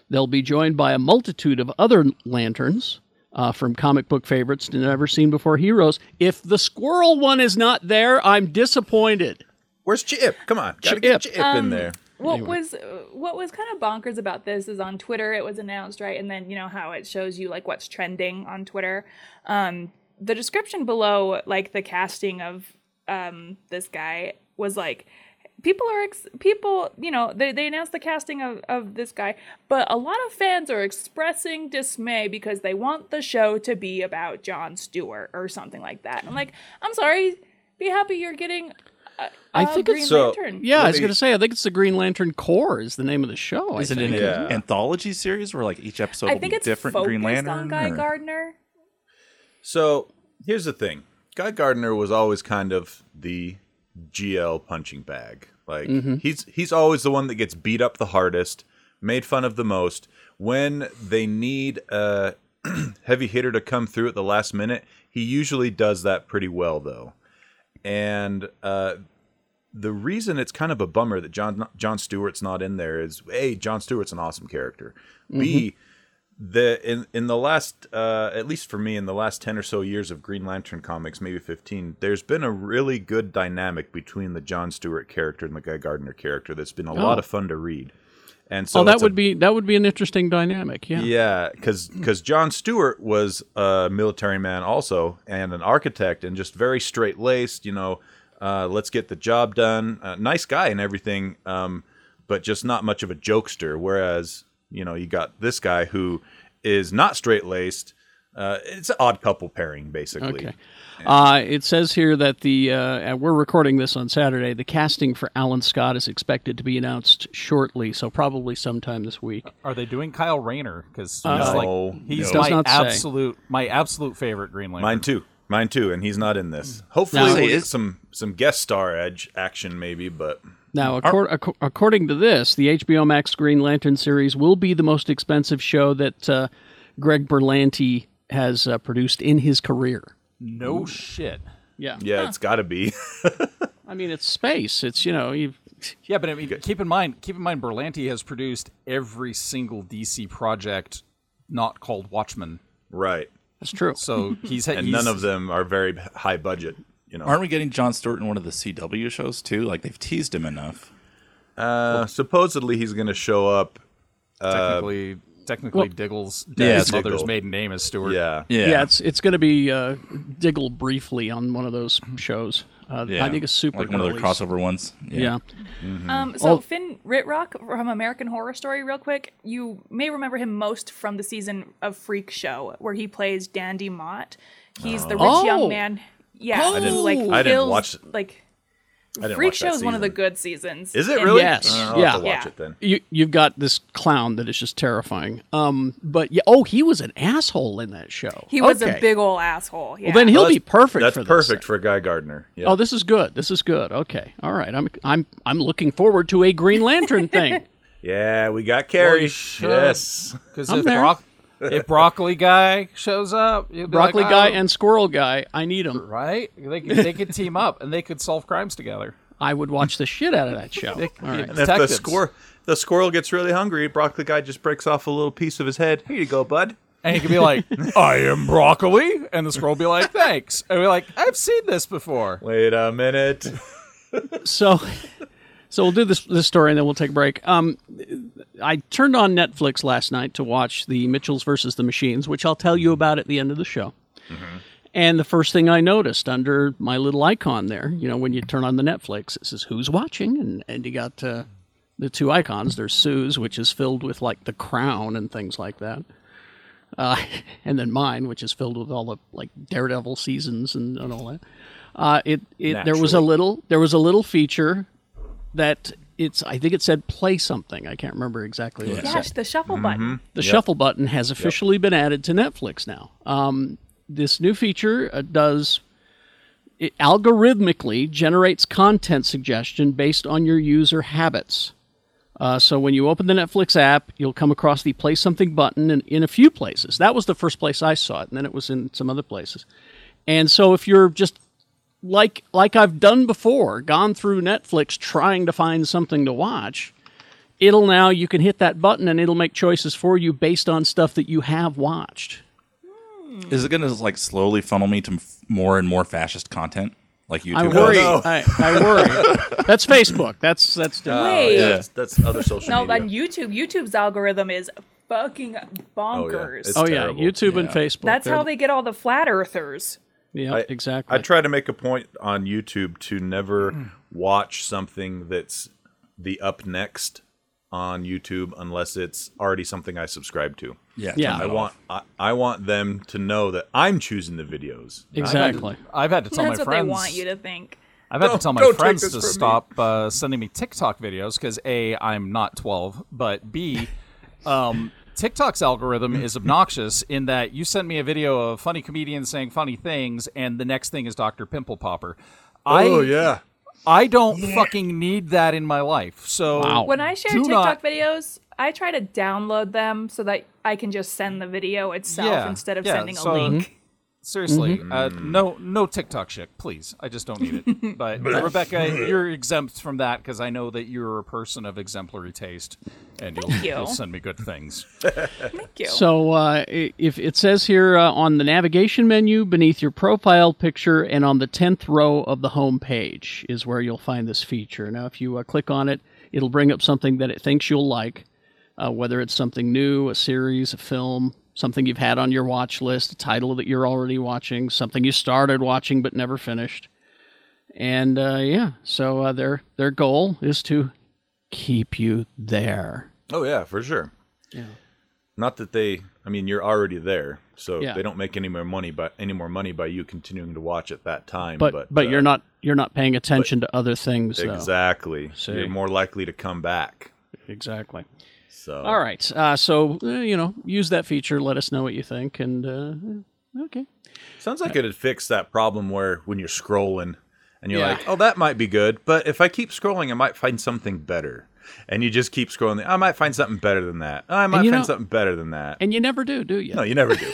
B: They'll be joined by a multitude of other lanterns. Uh, from comic book favorites to never seen before heroes. If the squirrel one is not there, I'm disappointed.
F: Where's Chip? Come on, gotta get
B: Chip.
F: Chip in there.
D: What was what was kind of bonkers about this is on Twitter it was announced right, and then you know how it shows you like what's trending on Twitter. Um, the description below, like the casting of um, this guy, was like people are ex- people you know they, they announced the casting of, of this guy but a lot of fans are expressing dismay because they want the show to be about john stewart or something like that i'm like i'm sorry be happy you're getting a,
B: I
D: a
B: think
D: Um, green
B: it's-
F: So-
D: lantern
B: Yeah, I was
F: Let me-
B: going to say, I think it's the Green Lantern Corps is the name of the show. I
G: Is it
B: think.
G: an
F: Yeah.
G: anthology series where like each episode
D: I
G: will
D: think
G: be
D: it's
G: different
D: focused
G: Green Lantern?
D: on Guy
G: or-
D: Gardner.
F: So here's the thing: Guy Gardner was always kind of the GL punching bag. Like he's he's always the one that gets beat up the hardest, made fun of the most. When they need uh, a heavy hitter to come through at the last minute, he usually does that pretty well, though. And uh, the reason it's kind of a bummer that John John Stewart's not in there is a John Stewart's an awesome character. B
B: Mm-hmm.
F: the in in the last uh, at least for me in the last 10 or so years of green lantern comics maybe 15 there's been a really good dynamic between the john stewart character and the guy gardner character that's been a lot of fun to read and so
B: oh, that
F: it's a-
B: would be that would be an interesting dynamic. Yeah.
F: yeah because john stewart was a military man also and an architect and just very straight laced you know uh, let's get the job done uh, nice guy and everything um, but just not much of a jokester whereas you know you got this guy who is not straight laced uh, it's an odd couple pairing basically
B: Okay. Uh, it says here that the uh, and we're recording this on Saturday. The casting for Alan Scott is expected to be announced shortly, so probably sometime this week.
E: Are they doing Kyle Rayner? Because
F: uh, No.
E: Uh, like, he's
B: No. Does
E: my
B: not say.
E: absolute my absolute favorite Green Lantern.
F: mine too mine too and he's not in this hopefully
B: No.
F: we'll
G: Say,
F: get
G: is-
F: some some guest star edge action maybe but
B: Now, accor- acco- according to this, the HBO Max Green Lantern series will be the most expensive show that uh, Greg Berlanti has uh, produced in his career.
E: No shit.
B: Yeah.
F: yeah it's got to be
B: I mean, it's space. It's you know, you've,
E: Yeah, but I mean, keep in mind, keep in mind, Berlanti has produced every single DC project not called Watchmen.
F: right
B: that's true.
E: So he's had
F: and
E: he's,
F: none of them are very b- high budget. You know,
G: Aren't we getting John Stewart in one of the CW shows too? Like they've teased him enough.
F: uh, supposedly he's going to show up.
E: technically technically Diggle's
G: Yeah,
E: dad's mother's
F: uh, Diggle.
E: maiden name is Stewart.
F: Yeah,
G: Yeah.
B: Yeah, it's it's going to be uh, Diggle briefly on one of those shows. Uh, I think it's super.
G: like one of their
B: early.
G: crossover ones.
B: Yeah.
D: Um, so Finn Ritrock from American Horror Story, real quick. You may remember him most from the season of Freak Show, where he plays Dandy Mott. He's the rich
B: Oh.
D: young man. Yeah,
B: I
F: didn't-
D: who, like
F: I didn't
D: fills-
F: watch-
D: Like
F: didn't
D: Freak
F: watch
D: Show
F: that
D: is one of the
F: season.
D: good seasons.
F: is it
D: And-
F: really?
B: Yes.
F: Uh, I'll
B: Yeah.
F: have to watch
D: Yeah.
F: it then.
B: You you've got this clown that is just terrifying. Um, but yeah, oh, he was an asshole in that show.
D: He was
B: Okay.
D: a big ol' asshole. Yeah.
B: Well, then he'll
F: Well,
B: be
F: that's-
B: perfect.
F: That's
B: for this
F: perfect
B: thing.
F: for Guy Gardner. Yeah.
B: Oh, this is good. This is good. Okay, all right. I'm I'm I'm looking forward to a Green Lantern thing.
F: yeah, we got Carrie.
E: Holy shit.
F: yes.
E: because
B: I'm
E: if
B: there.
E: Brock if broccoli guy shows up, you'd be
B: Broccoli
E: like,
B: guy
E: "Oh,
B: and squirrel guy, I need them.
E: right, they could, they could team up and they could solve crimes together.
B: I would watch the shit out of that show.
E: They-
B: All right.
F: And if the,
E: detectives.
F: squir- the squirrel gets really hungry, broccoli guy just breaks off a little piece of his head. Here you go, bud.
E: And he could be like, "I am broccoli," and the scroll be like, "Thanks," and we're like, "I've seen this before."
F: Wait a minute.
B: so so we'll do this this story and then we'll take a break. Um, I turned on Netflix last night to watch the Mitchells versus the Machines, which I'll tell you about at the end of the show. And the first thing I noticed under my little icon there, you know, when you turn on the Netflix, it says who's watching, and and you got uh, the two icons. There's Sue's, which is filled with like The Crown and things like that. Uh, and then mine, which is filled with all the like Daredevil seasons and, and all that. Uh, it, it there was a little there was a little feature that it's I think it said play something. I can't remember exactly what it said.
D: Gosh, the shuffle
F: Mm-hmm.
D: button.
B: The shuffle button has officially been added to Netflix now. Um, this new feature uh, does it algorithmically generates content suggestion based on your user habits. Uh, so when you open the Netflix app, you'll come across the play something button in, in a few places. That was the first place I saw it, and then it was in some other places. And so if you're just like like I've done before, gone through Netflix trying to find something to watch, it'll now you can hit that button and it'll make choices for you based on stuff that you have watched.
G: Is it going to like slowly funnel me to m- more and more fascist content like YouTube?
B: I
G: does?
B: worry. I, I worry. that's Facebook. That's that's
F: Oh,
D: Wait.
F: That's, that's other social
D: No,
F: media.
D: on YouTube, YouTube's algorithm is fucking bonkers.
F: Oh, It's-
B: oh
F: terrible.
B: yeah, YouTube and Facebook.
D: That's
B: They're-
D: how they get all the flat earthers.
B: Yeah,
F: I-
B: exactly. Mm.
F: I try to make a point on YouTube to never watch something that's the up next on YouTube unless it's already something I subscribe to.
G: Yeah.
B: Yeah.
G: turn
F: I
G: that
F: want I, I want them to know that I'm choosing the videos.
B: exactly.
E: I've had to tell
D: That's
E: my
D: what
E: friends.
D: they want you to think.
E: I've had to
F: Don't-
E: tell my
F: don't take
E: friends
F: this
E: to
F: from me.
E: stop uh, sending me TikTok videos because a I'm not 12, but b um, TikTok's algorithm is obnoxious in that you sent me a video of funny comedians saying funny things, and the next thing is Dr. Pimple Popper. I,
F: Oh, yeah.
E: I don't fucking need that in my life. So
B: Wow.
D: When I share
E: Do
D: TikTok
E: not-
D: videos, I try to download them so that I can just send the video itself
E: Yeah,
D: instead of
E: yeah,
D: sending
E: so- Mhm.
D: a link.
E: seriously, uh, no no TikTok shit, please. I just don't need it. But uh, Rebecca, you're exempt from that because I know that you're a person of exemplary taste, and you'll,
D: you.
E: you'll send me good things.
D: Thank you.
B: So uh, i- if it says here uh, on the navigation menu beneath your profile picture and on the tenth row of the home page is where you'll find this feature. Now, if you uh, click on it, it'll bring up something that it thinks you'll like, uh, whether it's something new, a series, a film, something you've had on your watch list, a title that you're already watching, something you started watching but never finished. And uh, yeah, so uh, their their goal is to keep you there.
F: Oh yeah, for sure. Not that they I mean you're already there, so
B: Yeah.
F: they don't make any more money by any more money by you continuing to watch at that time.
B: but
F: but
B: but,
F: uh,
B: you're not you're not paying attention to other things though.
F: exactly.
B: See.
F: You're more likely to come back.
B: exactly
F: So
B: all right uh, so uh, you know use that feature let us know what you think and uh, okay
F: Sounds like it'd fix that problem where when you're scrolling and you're
B: Yeah.
F: like, oh, that might be good, but if I keep scrolling, I might find something better. And you just keep scrolling. I might find something better than that. I might
B: you
F: find
B: know-
F: something better than that.
B: and you never do do you
F: no, you never do.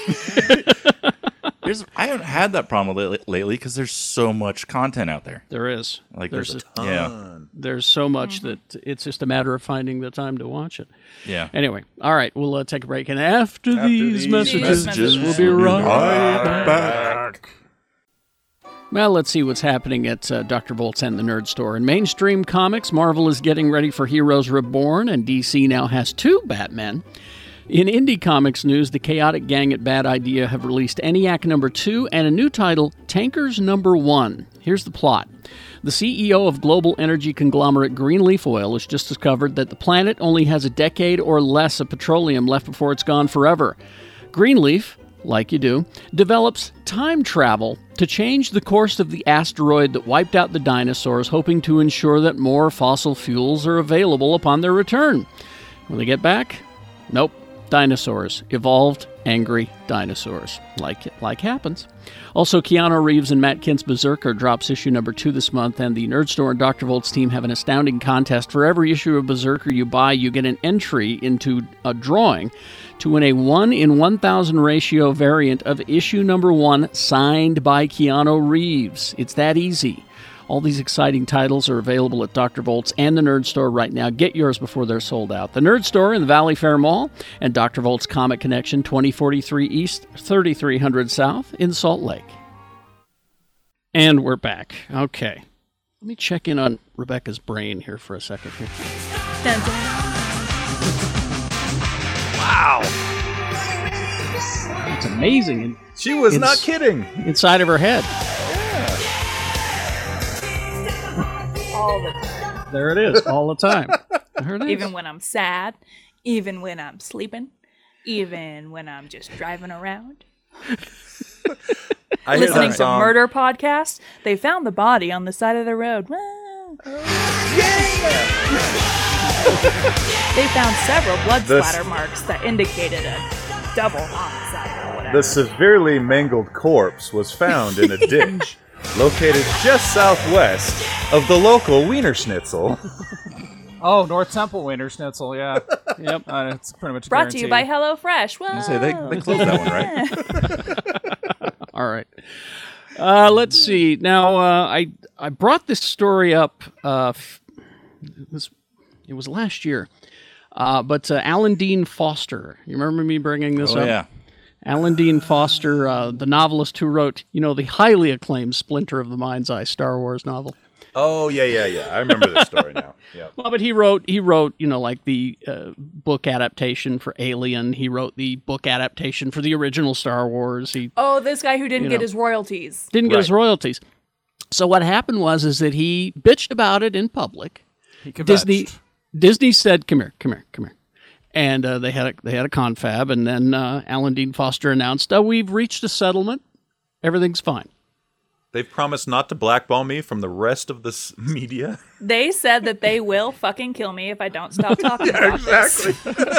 G: Here's- I haven't had that problem lately- lately because there's so much content out there.
B: there is
G: Like
B: there's
G: there's,
B: a,
G: a, yeah,
B: there's so much that it's just a matter of finding the time to watch it
G: yeah.
B: anyway all right we'll uh, take a break and after, these,
F: these
B: messages,
D: messages,
B: we'll be right Well, let's see what's happening at uh, Dr. Volt's and the Nerd Store. In mainstream comics, Marvel is getting ready for Heroes Reborn, and DC now has two Batmen. In indie comics news, the Chaotic Gang at Bad Idea have released ENIAC number 2 and a new title, Tankers number 1. Here's the plot. The CEO of global energy conglomerate Greenleaf Oil has just discovered that the planet only has a decade or less of petroleum left before it's gone forever. Greenleaf, like you do, develops time travel to change the course of the asteroid that wiped out the dinosaurs, hoping to ensure that more fossil fuels are available upon their return. When they get back, nope, dinosaurs evolved angry dinosaurs. Like like happens. Also, Keanu Reeves and Matt Kent's Berserker drops issue number two this month, and the Nerd Store and Dr. Volt's team have an astounding contest. For every issue of Berserker you buy, you get an entry into a drawing to win a 1 in 1,000 ratio variant of issue number one signed by Keanu Reeves. It's that easy. All these exciting titles are available at Dr. Volt's and the Nerd Store right now. Get yours before they're sold out. The Nerd Store in the Valley Fair Mall and Dr. Volt's Comic Connection, 2043 East, 3300 South in Salt Lake. And we're back. Okay. Let me check in on Rebecca's brain here for a second. Here.
D: Dun, dun.
B: It's amazing in-
F: She was
B: It's-
F: not kidding.
B: inside of her head. There it is, all the time. There it is.
D: Even when I'm sad, even when I'm sleeping, even when I'm just driving around.
F: I hear
D: Listening
F: that
D: to
F: song.
D: murder podcasts, they found the body on the side of the road. Wow. they found several blood
F: This-
D: splatter marks that indicated a double homicide or whatever.
F: The severely mangled corpse was found in a ditch located just southwest of the local Wiener Schnitzel.
E: Oh, North Temple Winter Schnitzel. Yeah,
B: Yep.
E: uh, it's pretty much
D: Brought to you by
E: guaranteed.
D: HelloFresh. Wow.
G: Say they, they closed that one, right?
B: All right. Uh, let's see. Now, uh, I I brought this story up. Uh, f- it was it was last year, uh, but uh, Alan Dean Foster. You remember me bringing this
G: Oh
B: up?
G: yeah.
B: Alan Dean Foster, uh, the novelist who wrote, you know, the highly acclaimed Splinter of the Mind's Eye Star Wars novel.
F: Oh yeah, yeah, yeah. I remember this story now. Yeah.
B: Well, but he wrote he wrote you know like the uh, book adaptation for Alien. He wrote the book adaptation for the original Star Wars. He
D: Oh, this guy who didn't
B: You
D: get
B: know.
D: his royalties.
B: didn't get his royalties. So what happened was is that he bitched about it in public.
E: He kvetched.
B: Disney Disney said, "Come here, come here, come here," and uh, they had a, they had a confab, and then uh, Alan Dean Foster announced, "Oh, we've reached a settlement. Everything's fine."
F: They've promised not to blackball me from the rest of this media.
D: They said that they will fucking kill me if I don't stop talking about this.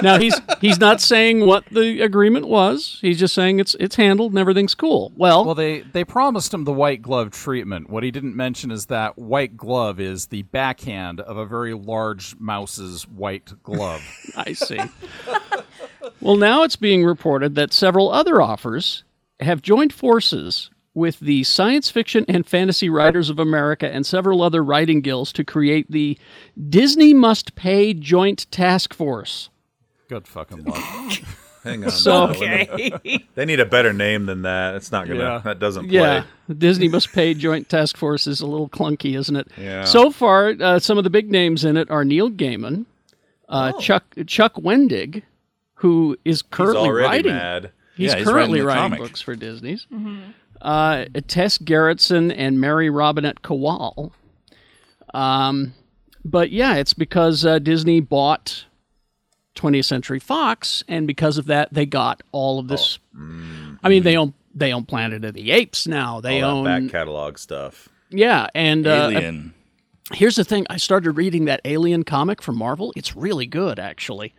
B: now he's he's not saying what the agreement was. He's just saying it's it's handled and everything's cool. Well,
E: Well, they they promised him the white glove treatment. What he didn't mention is that white glove is the backhand of a very large mouse's white glove.
B: I see. well, now it's being reported that several other offers have joined forces with the Science Fiction and Fantasy Writers of America and several other writing guilds to create the Disney Must Pay Joint Task Force.
E: Good fucking luck.
F: Hang on.
B: So-
F: no, no, no. They need a better name than that. It's not gonna.
E: Yeah.
F: That doesn't play.
B: Yeah, the Disney Must Pay Joint Task Force is a little clunky, isn't it?
F: Yeah.
B: So far, uh, some of the big names in it are Neil Gaiman, uh, Chuck Chuck Wendig, who is
F: Oh. He's
B: currently
F: already
B: writing.
F: mad.
B: He's
G: Yeah, he's
B: currently
G: writing the
B: writing,
G: comic.
B: books for Disney's. Uh, Tess Gerritsen and Mary Robinette Kowal. Um, but yeah, it's because uh, Disney bought 20th Century Fox, and because of that, they got all of this.
G: Oh. Mm.
B: I mean, they own they own Planet of the Apes now. They
F: All that
B: own
F: back catalog stuff.
B: yeah, and uh,
G: Alien.
B: Here's the thing: I started reading that Alien comic from Marvel. It's really good, actually.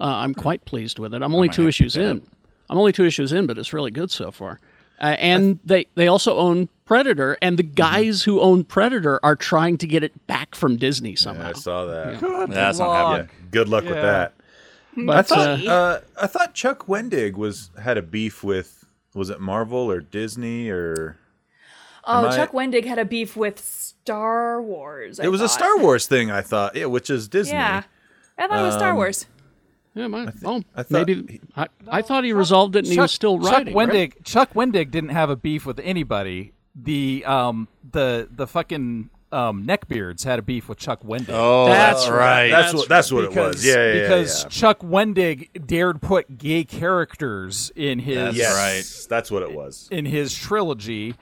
B: Uh, I'm quite pleased with it. I'm only two issues in. I'm only two issues in, but it's really good so far. Uh, and they they also own Predator, and the
F: Mm-hmm.
B: guys who own Predator are trying to get it back from Disney somehow.
F: I saw that.
G: That's not happening.
F: Yeah. Good luck with that. I
B: But uh,
F: thought uh, I thought Chuck Wendig was had a beef with was it Marvel or Disney or
D: Oh,
F: Am I-
D: Chuck Wendig had a beef with Star Wars. I
F: it was a
D: thought.
F: Star Wars thing. I thought yeah, which is Disney.
D: Yeah. I thought it was
F: Um,
D: Star Wars.
B: yeah, my, oh,
F: I thought
B: maybe
F: he-
B: I, I thought he resolved it, and he was still writing.
E: Chuck Wendig.
B: right?
E: Chuck Wendig didn't have a beef with anybody. The um the the fucking um, neckbeards had a beef with Chuck Wendig.
G: Oh,
B: That's right.
F: That's, what that's what it was. Yeah, yeah, yeah,
E: because
F: yeah.
E: Chuck Wendig dared put gay characters in his
G: That's
F: Yes, That's what it was.
E: in his trilogy,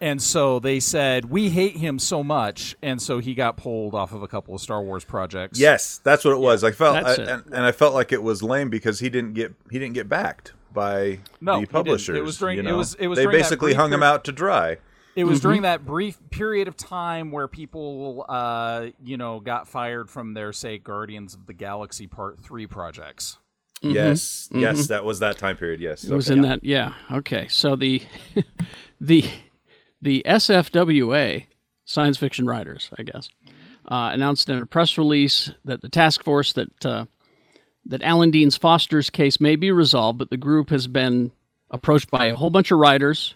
E: and so they said we hate him so much, and so he got pulled off of a couple of Star Wars projects.
F: Yes, that's what it was. I felt I,
B: That's it.
F: and, and I felt like it was lame because he didn't get he didn't get backed by
E: No, he
F: the
E: didn't.
F: publishers.
E: It was during-
F: you
E: it
F: know?
E: was- it was
F: they
E: during that
F: basically
E: brief
F: hung him
E: period-
F: out to dry.
E: It was
B: Mm-hmm.
E: during that brief period of time where people, uh, you know, got fired from their, say, Guardians of the Galaxy Part 3 projects.
F: Yes, yes, that was that time period. Yes,
B: Mm-hmm. It was in that, yeah. Okay, so the the the SFWA, science fiction writers, I guess, uh, announced in a press release that the task force that uh, that Alan Dean's Foster's case may be resolved, but the group has been approached by a whole bunch of writers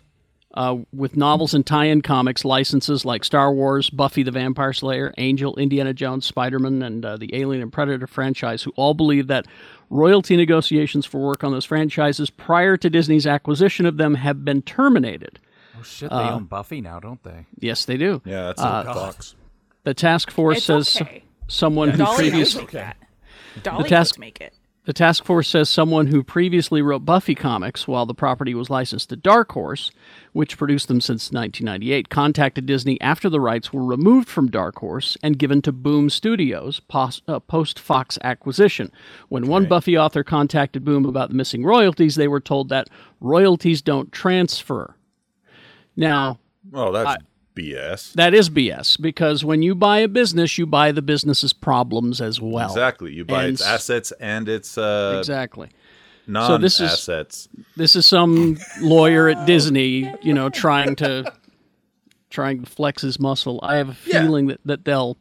B: uh, with novels and tie-in comics licenses like Star Wars, Buffy the Vampire Slayer, Angel, Indiana Jones, Spider-Man, and uh, the Alien and Predator franchise, who all believe that royalty negotiations for work on those franchises prior to Disney's acquisition of them have been terminated.
E: Oh shit,
B: Uh,
E: they own Buffy now, don't they?
B: Yes, they do.
F: Yeah, that's uh, Fox.
B: The task force
D: It's
B: says
D: okay.
B: someone who
D: Dolly knows
B: previously
D: make that. Dolly
B: task-
D: knows make it.
B: The task force says someone who previously wrote Buffy comics while the property was licensed to Dark Horse, which produced them since 1998, contacted Disney after the rights were removed from Dark Horse and given to Boom Studios pos- uh, post Fox acquisition. When one Buffy author contacted Boom about the missing royalties, they were told that royalties don't transfer. Now,
F: Oh, that's BS.
B: that is BS because when you buy a business, you buy the business's problems as well.
F: Exactly. You buy
B: And
F: its
B: s-
F: assets and its uh,
B: Exactly. this is-
F: non-assets.
B: this is some lawyer at Disney, you know, trying to trying to flex his muscle. I have a feeling that, that they'll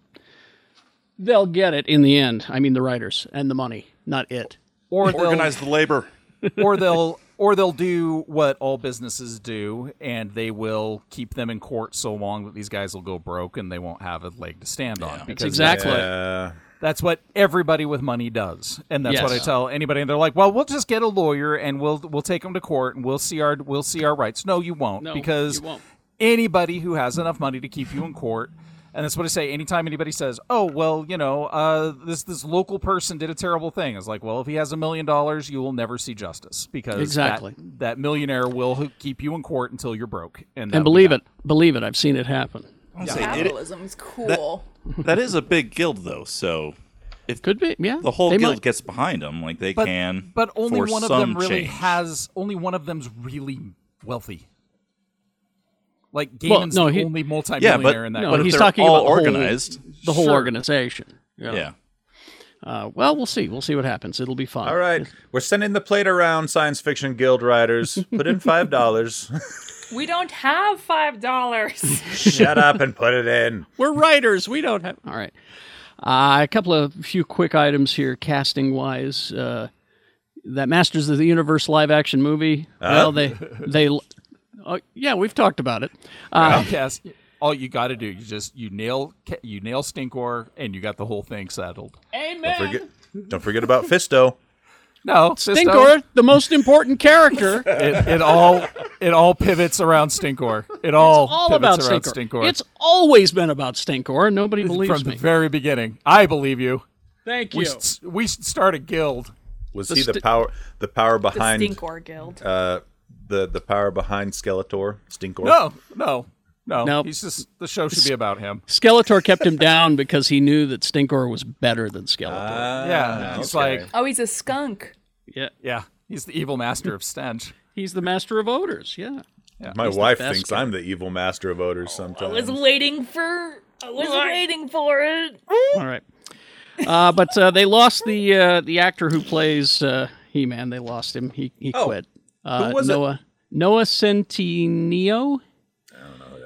B: they'll get it in the end. I mean the writers and the money, not it.
E: Or they'll,
G: Organize the labor.
E: or they'll or they'll do what all businesses do and they will keep them in court so long that these guys will go broke and they won't have a leg to stand on because
B: That's exactly.
F: Uh,
E: That's what everybody with money does, and that's
B: Yes.
E: what I tell anybody. And they're like, "Well, we'll just get a lawyer, and we'll we'll take them to court, and we'll see our we'll see our rights." No, you won't,
B: No,
E: because
B: you won't.
E: anybody who has enough money to keep you in court, and that's what I say. Anytime anybody says, "Oh, well, you know, uh, this this local person did a terrible thing," it's like, well, if he has a million dollars, you will never see justice because that-
B: Exactly.
E: that, millionaire will ho- keep you in court until you're broke, and,
B: And believe it, believe it, I've seen it happen.
G: I was gonna say, it-
D: Capitalism is cool.
G: that is a big guild, though. So
B: Could be, yeah.
G: the whole
B: They
G: guild
B: might-
G: gets behind them. Like they can.
E: but only
G: force
E: one of
G: some
E: them really
G: change.
E: has only one of them's really wealthy. Like
B: Well,
E: Gaiman's
B: no,
E: the
B: he-
E: only
G: Yeah,
E: multimillionaire
G: but,
E: in that.
B: No,
G: but
E: group.
G: if
B: he's
G: they're
B: talking
G: all
B: about the whole-
G: organization.
B: the whole organization.
G: Yeah.
B: Uh, well, we'll see. We'll see what happens. It'll be fun.
F: all right, we're sending the plate around, science fiction guild riders. Put in five dollars.
D: We don't have five dollars.
F: Shut up and put it in.
B: We're writers. We don't have. All right. Uh, a couple of few quick items here, casting wise. Uh, that Masters of the Universe live action movie. Well, they they. Oh, yeah, we've talked about it.
E: Outcast, all you got to do, you just you nail Ca- you nail Stinkor, and you got the whole thing settled.
F: Don't forget, don't forget about Fisto.
E: No, Sisto,
B: Stinkor, the most important character. It's
E: It, it all it all pivots around Stinkor. It all
B: all
E: pivots
B: about
E: around
B: Stinkor.
E: Stinkor.
B: It's always been about Stinkor. Nobody
E: from
B: believes
E: the
B: me.
E: very beginning. I believe you.
B: Thank you.
E: We should, we should start a guild.
F: Was
B: The
F: he the
B: sti-
F: power? The power
D: the
F: behind
D: Stinkor Guild.
F: uh, the the power behind Skeletor, Stinkor.
E: No, no, no.
B: Nope.
E: He's just the show should be about him.
B: Skeletor kept him down because he knew that Stinkor was better than Skeletor.
E: Uh. Yeah, he's like
D: oh, he's a skunk.
B: yeah,
E: Yeah, he's the evil master of stench.
B: he's the master of odors. Yeah.
F: My wife
B: best
F: thinks
B: guy.
F: I'm the evil master of odors sometimes.
D: Was waiting for. I was waiting for it.
B: All right. Uh, but uh, they lost the uh, the actor who plays uh, He Man. They lost him. He he quit. Uh,
F: Oh. was it?
B: Noah Noah Centineo.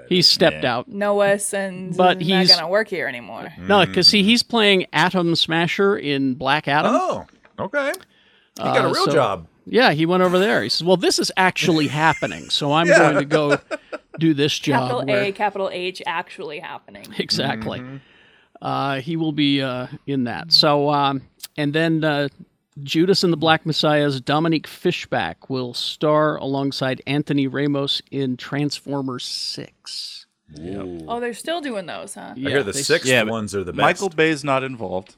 B: He stepped out.
D: Noah and
B: But
D: not
B: he's-
D: gonna work here anymore.
B: No, because see, he's playing Atom Smasher in Black Adam.
F: Oh, okay. He got
G: Uh,
F: a real
B: so-
F: job.
B: Yeah, he went over there. He says, "Well, this is actually happening, so I'm going to go do this job."
D: Capital
B: where-
D: A, capital H, actually happening.
B: Exactly. Uh, he will be uh, in that. So, um, and then uh, Judas and the Black Messiah's Dominique Fishback will star alongside Anthony Ramos in Transformers 6.
D: Oh, they're still doing those, huh?
F: I hear the
B: they-
F: sixth
G: Yeah, but
F: ones are the best.
G: Michael Oh. Bay's not involved.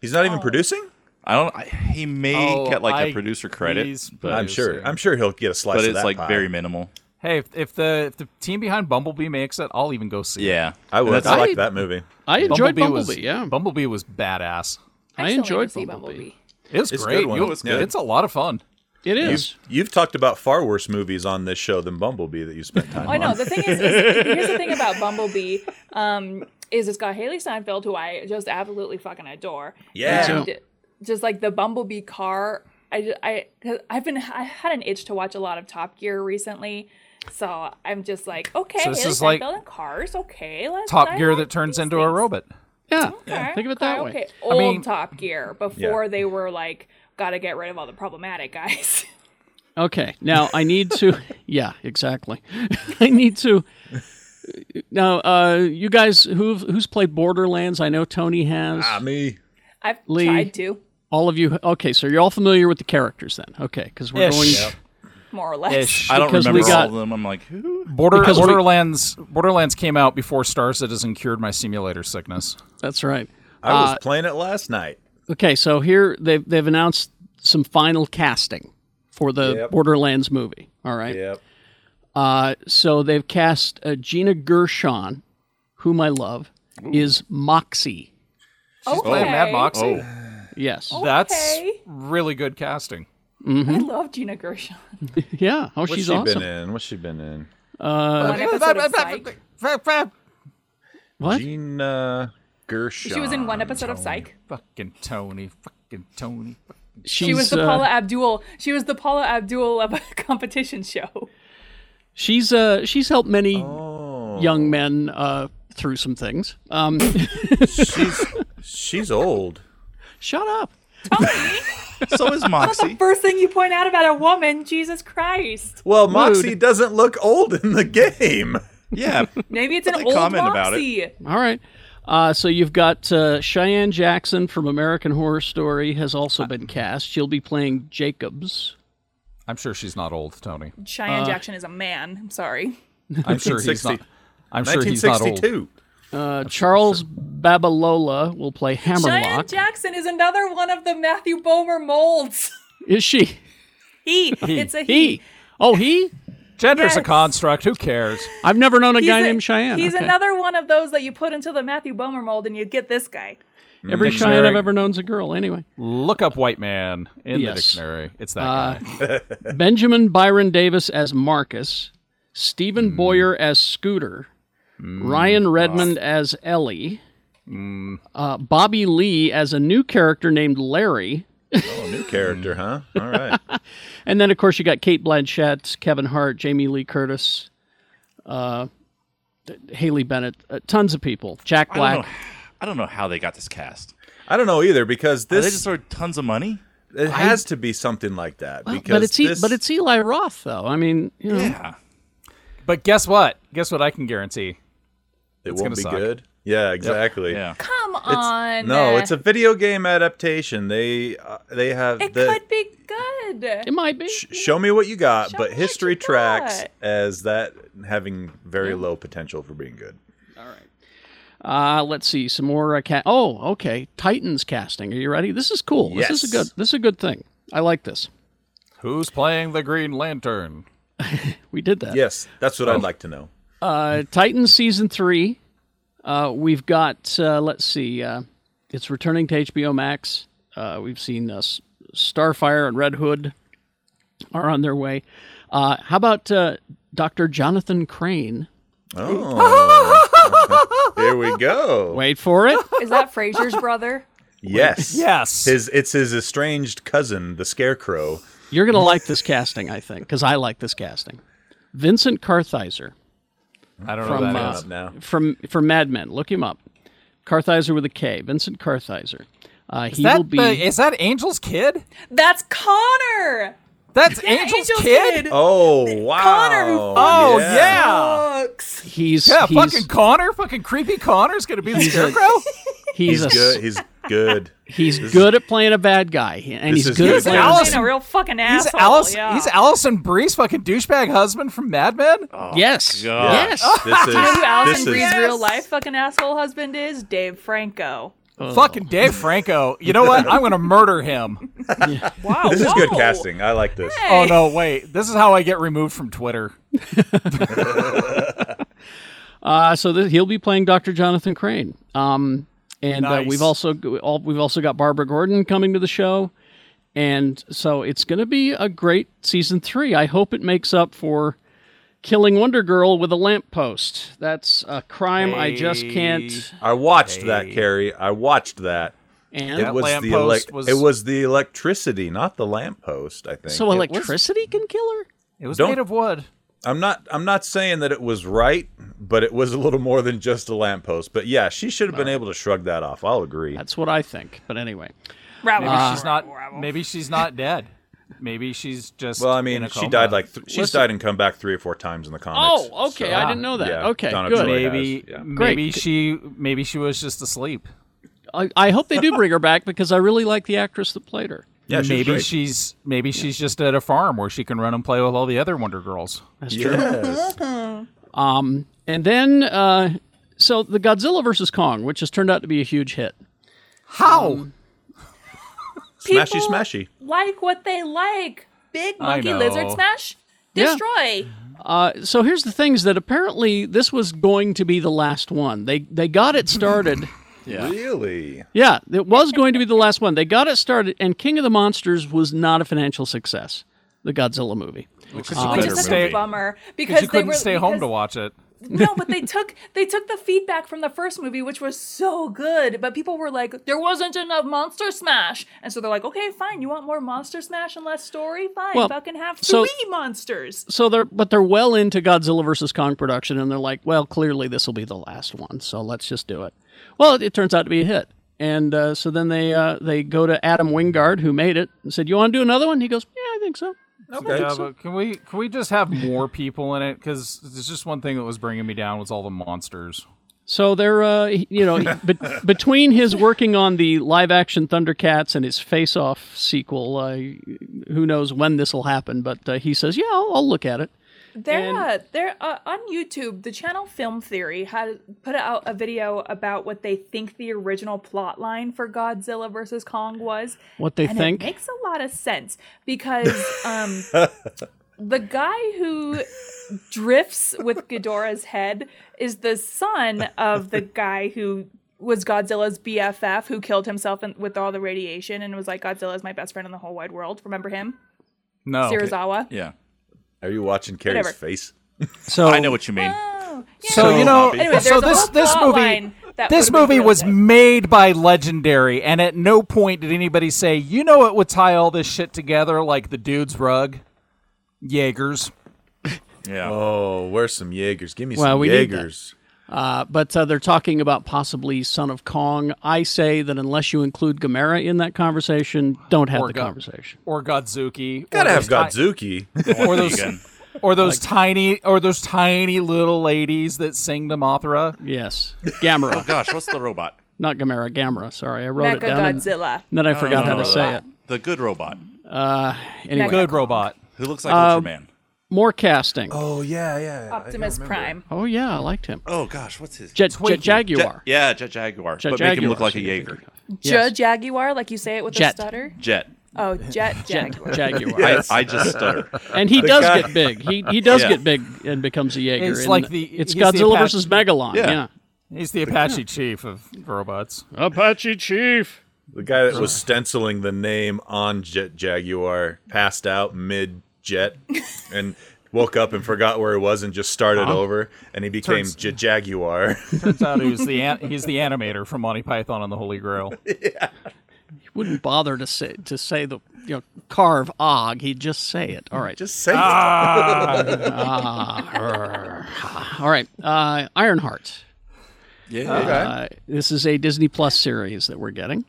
F: He's not even producing.
G: I don't. I, he may
E: Oh,
G: get like a
E: I-
G: producer credit,
E: he's
G: but uh,
F: I'm sure.
E: Producing.
F: I'm sure he'll get a slice.
G: but
F: of
G: it's
F: that
G: like
F: pie.
G: very minimal.
E: Hey, if, if the if the team behind Bumblebee makes it, I'll even go see. it.
G: Yeah,
F: I would.
G: And
F: I
G: that's-
F: like that movie.
B: I enjoyed Bumblebee,
E: was
B: yeah.
E: Bumblebee was badass.
B: I
D: still need
B: enjoyed
D: to see
B: Bumblebee.
E: It was
F: It's a
E: great.
F: good one.
E: It was
F: Yeah.
E: It's a lot of fun.
B: It is.
F: You've talked about far worse movies on this show than Bumblebee that you spent time
D: Oh, I
F: on.
D: know. The thing is, is here's the thing about Bumblebee. Um, is it's got Haley Steinfeld, who I just absolutely fucking adore.
F: Yeah.
D: And just like the Bumblebee car. I ju- I 'cause I've been I had an itch to watch a lot of Top Gear recently, so I'm just like, okay,
E: So this
D: here's
E: is like
D: Seinfeld and cars. Okay, let's
E: Top
D: dive
E: Gear
D: into
E: that turns
D: these
E: into a
D: things.
E: robot.
B: Yeah.
D: Okay,
B: Think of it that
D: okay,
B: way.
D: Okay,
E: I
D: old
E: mean-
D: Top Gear before they were like, got to get rid of all the problematic guys.
B: Okay. Now I need to. yeah, exactly. I need to. Now, uh, you guys who who's played Borderlands? I know Tony has.
F: Ah, me.
D: I've
B: Lee.
D: tried to
B: all of you. Okay, so you're all familiar with the characters then. Okay, because we're
E: Ish.
B: going.
E: Yep.
D: more or less.
E: Ish.
G: I don't
B: Because we
G: remember all
B: got-
G: of them. I'm like, who?
E: Border,
B: Because we-
E: Borderlands Borderlands came out before Star Citizen cured my simulator sickness.
B: That's right. Uh,
F: I was
G: Uh,
F: playing it last night.
B: Okay, so here they've they've announced some final casting for the
F: Yep.
B: Borderlands movie. All right.
F: Yep.
B: Uh, so they've cast uh, Gina Gershon, whom I love, is Moxie.
E: Play Mad Moxie.
G: Oh,
B: Yes.
E: That's
D: Okay.
E: really good casting.
D: I love Gina Gershon.
B: Yeah. Oh,
F: What's
B: she's
F: she
B: awesome.
F: been in? What's she been in?
B: Uh,
D: One episode of Psych.
B: What?
F: Gina Gershon.
D: She was in one episode of Psych.
E: Fucking Tony. Fucking Tony.
B: She's,
D: She was the
B: uh,
D: Paula Abdul. She was the Paula Abdul of a competition show.
B: She's uh she's helped many
F: Oh.
B: young men uh through some things. Um,
F: She's she's old.
B: shut up.
G: so is Moxie.
D: First thing you point out about a woman, Jesus Christ.
F: Well, Moxie doesn't look old in the game.
G: yeah.
D: Maybe it's an
G: They
D: old
G: comment about
D: Moxie.
B: All right. Uh, so you've got uh, Cheyenne Jackson from American Horror Story has
D: Uh,
B: also been cast. She'll be playing Jacobs.
E: I'm sure she's not old, Tony.
B: Uh,
D: Cheyenne Jackson is a man. I'm sorry.
E: I'm sure he's
F: 1960.
E: not. I'm sure he's not old.
F: 1962.
B: Uh, Charles Babalola will play
D: Cheyenne
B: Hammerlock.
D: Jackson is another one of the Matthew Bomer molds.
B: Is she?
D: He. It's a he.
B: He? Oh, he?
E: Gender's a
D: Yes.
E: construct. Who cares?
B: I've never known a guy
D: a-
B: named Cheyenne.
D: He's
B: Okay.
D: another one of those that you put into the Matthew Bomer mold and you get this guy.
B: Every
E: dictionary.
B: Cheyenne I've ever known's a girl. Anyway,
E: Look up white man in
B: Yes. Uh,
E: the dictionary. It's that guy.
B: Benjamin Byron Davis as Marcus,
G: Mm.
B: Stephen Boyer as Scooter, Ryan Redmond as Ellie,
G: Mm.
B: uh, Bobby Lee as a new character named Larry.
F: Oh, new character, huh? All right.
B: And then, of course, you got Kate Blanchett, Kevin Hart, Jamie Lee Curtis, uh, Haley Bennett, uh, tons of people. Jack
G: I don't,
B: Black.
G: know, I don't know how they got this cast.
F: I don't know either because
G: Did they
F: this
G: just throw tons of money?
F: it has to be something like that because
B: But it's E-
F: this-
B: but it's Eli Roth though. I mean, you know,
G: Yeah.
E: But guess what? Guess what I can guarantee?
F: it
E: gonna
F: won't be
E: suck.
F: good. Yeah, exactly.
G: Yeah.
D: Come
F: It's-
D: on.
F: no, it's a video game adaptation. They uh, they have
D: It
F: the
D: could be good.
B: it might be.
F: sh- show me what you got,
D: Show me
F: but
D: what
F: history
D: you got.
F: tracks as that having very low potential for being good.
B: Uh, let's see some more. Uh, ca- oh, okay. Titans casting. Are you ready? This is cool. This is a
F: Yes.
B: good. This is a good thing. I like this.
E: Who's playing the Green Lantern?
B: We did that.
F: Yes, that's what I'd like to know.
B: Uh, Titans season three. Uh, we've got. Uh, let's see. Uh, it's returning to HBO Max. Uh, we've seen uh, S- Starfire and Red Hood are on their way. Uh, how about uh, Dr. Jonathan Crane?
F: Oh, there we go.
B: Wait for it.
D: Is that Fraser's brother?
F: yes,
E: Yes.
F: His it's his estranged cousin, the Scarecrow.
B: You're gonna like this casting, I think, because I like this casting. Vincent Kartheiser.
E: I don't
B: from
E: know who
B: uh,
E: that is.
F: up now.
B: from from Mad Men. Look him up. Kartheiser with a K. Vincent Kartheiser. Uh, he
E: That,
B: will be.
E: uh, is that Angel's kid?
D: That's Connor.
E: That's
D: Yeah,
E: Angel's, kid?
F: Oh wow!
D: Connor who
E: Oh yeah.
F: Oh,
D: Books.
B: he's
E: Yeah,
B: he's,
E: fucking Connor, fucking creepy Connor's gonna be the scarecrow.
B: he's
F: He's
B: a,
F: good. He's good.
B: he's good at playing a bad guy, and
F: This
B: he's
F: is
B: good at
F: good.
D: He's
B: playing.
E: Al- Allison-
D: a real fucking
E: He's
D: asshole.
E: Alice.
D: yeah.
E: He's Allison Breeze, fucking douchebag husband from Mad Men.
B: yes,
G: God.
B: yes.
F: This is
D: Who Allison
F: this
D: Bree's
F: is
D: real life fucking asshole husband is? Dave Franco.
F: Oh.
E: Fucking Dave Franco. You know what? I'm gonna murder him.
D: Wow.
F: this is good
D: whoa.
F: casting. I like this.
D: Hey.
E: Oh no, wait. This is how I get removed from Twitter.
B: Uh, so th- he'll be playing Dr. Jonathan Crane. Um, and uh,
E: Nice.
B: we've also we all, we've also got Barbara Gordon coming to the show, and so it's going to be a great season three. I hope it makes up for killing Wonder Girl with a lamppost. That's a crime I just can't.
F: I watched that, Carrie. I watched that.
B: And
F: It was the
E: lamppost
F: elec-
E: was-
F: it was the electricity, not the lamppost. I think.
B: so electricity can kill her?
E: It was
F: Don't-
E: made of wood.
F: I'm not. I'm not saying that it was right, but it was a little more than just a lamppost. But yeah, she should have been able to shrug that off. I'll agree.
B: That's what I think. But anyway,
D: Rabble,
E: Maybe
D: rabble,
E: she's not.
D: rabble, rabble.
E: Maybe she's not dead. Maybe she's just.
F: well, I
E: in
F: mean,
E: a
F: she
E: coma.
F: died like th- she's
B: Listen-
F: died and come back three or four times in the comics.
B: oh, okay,
F: so-
B: I didn't know that.
F: Yeah,
B: okay,
F: Donna
B: good.
F: Troy.
E: Maybe,
F: Yeah.
E: maybe
B: Great.
E: she, maybe she was just asleep.
B: I, I hope they do bring her back because I really like the actress that played her.
F: Yeah, she was
E: maybe
F: great.
E: she's, maybe she's just at a farm where she can run and play with all the other Wonder Girls.
F: Yes.
B: And then, uh, so the Godzilla versus Kong, which has turned out to be a huge hit.
E: How?
F: smashy,
D: People-
F: smashy.
D: like what they like. Big
E: I
D: monkey
E: know.
D: lizard smash,
B: Yeah.
D: destroy.
B: So here's the things that apparently this was going to be the last one. They they got it started.
F: Really?
B: yeah, it was going to be the last one. They got it started, and King of the Monsters was not a financial success. The Godzilla movie.
G: Which
D: Which
G: is a
D: is
G: better
D: such
E: stay-
D: a
G: movie.
D: bummer because
E: Because you
D: they
E: couldn't
D: were
E: stay home to
D: because-
E: watch it.
D: no, but they took they took the feedback from the first movie, which was so good. But people were like, there wasn't enough Monster Smash, and so they're like, okay, fine, you want more Monster Smash and less story? Fine,
B: Well,
D: fucking have
B: so-
D: three monsters.
B: So they're but they're well into Godzilla versus Kong production, and they're like, well, clearly this will be the last one, so let's just do it. Well, it, it turns out to be a hit, and uh, so then they uh, they go to Adam Wingard, who made it, and said, "You want to do another one?" He goes, "Yeah, I think so."
E: Yeah, but can we can we just have more people in it? Because it's just one thing that was bringing me down was all the monsters.
B: So they're, uh, you know, bet between his working on the live-action Thundercats and his Face Off sequel, uh, who knows when this will happen? But uh, he says, "Yeah, I'll, I'll look at it."
D: They're uh, they're uh, on YouTube. The channel Film Theory had put out a video about what they think the original plot line for Godzilla versus Kong was.
B: What they
D: and
B: think?
D: it makes a lot of sense because um, the guy who drifts with Ghidorah's head is the son of the guy who was Godzilla's BFF who killed himself in, with all the radiation and was like Godzilla is my best friend in the whole wide world. Remember him,
E: No,
D: Serizawa?
G: Yeah.
F: Are you watching Carrie's
D: Whatever.
F: face?
B: So
G: I know what you mean.
E: So you know,
G: Bobby.
D: Anyway,
E: so
D: there's a
E: this
D: whole plot
E: this movie
D: line that would've
E: this
D: been
E: movie
D: really
E: was
D: good.
E: made by Legendary, and at no point did anybody say, you know, what would tie all this shit together like the dude's rug, Jaegers.
G: Yeah.
F: Oh, where's some Jaegers? Give me
B: Well,
F: some
B: we need that.
F: Jaegers.
B: But uh, they're talking about possibly Son of Kong. I say that unless you include Gamera in that conversation, don't have
E: Or
B: the
E: Go-
B: conversation.
E: or Godzuki.
F: Gotta
E: or
F: have
E: those ti-
F: Godzuki.
E: or
B: Oh.
E: those or those tiny or those tiny little ladies that sing the Mothra.
B: Yes,
G: Oh
B: Gamera,
G: gosh, what's the robot?
B: not Gamera, Gamera. Sorry, I wrote it
D: Mecha
B: down. and-
D: Godzilla.
B: then I forgot how
G: No,
B: to say it.
G: The good robot
B: Anyway,
E: Good robot.
G: who looks like
B: Um,
G: Ultraman.
B: more casting. Oh,
F: oh yeah, yeah.
D: Optimus Prime.
B: yeah, I liked him.
G: Oh gosh, what's his?
B: Jet, Jet
G: Jet-
B: Jaguar.
G: yeah, Jet Jaguar.
B: Jet
G: but make him
B: Jaguar,
G: look like a
B: so you're
G: Jaeger.
B: Yes.
D: Judge Jaguar, like you say it with
B: Jet.
D: a stutter.
G: Jet.
D: Oh, Jet Jaguar.
B: Jaguar.
G: I, I just stutter.
B: And he does
F: guy-
B: get big. He he does
G: Yeah.
B: get big and becomes a Jaeger.
E: It's
B: and
E: like the-
B: it's
E: he's the
B: Godzilla
E: Apache-
B: versus Megalon. Yeah.
G: Yeah.
E: He's the Apache chief of robots.
B: Apache Chief.
F: The guy that was stenciling the name on Jet Jaguar passed out mid jet and woke up and forgot where he was and just started over and he became
E: Turns-
F: Jet Jaguar.
E: Turns out he was the an- he's the animator from Monty Python and the Holy Grail.
B: He wouldn't bother to say to say the you know carve og. He'd just say it. All right.
F: just say
B: Ah. All right. Uh, Ironheart.
G: Yeah.
B: Uh, this is a Disney Plus series that we're getting.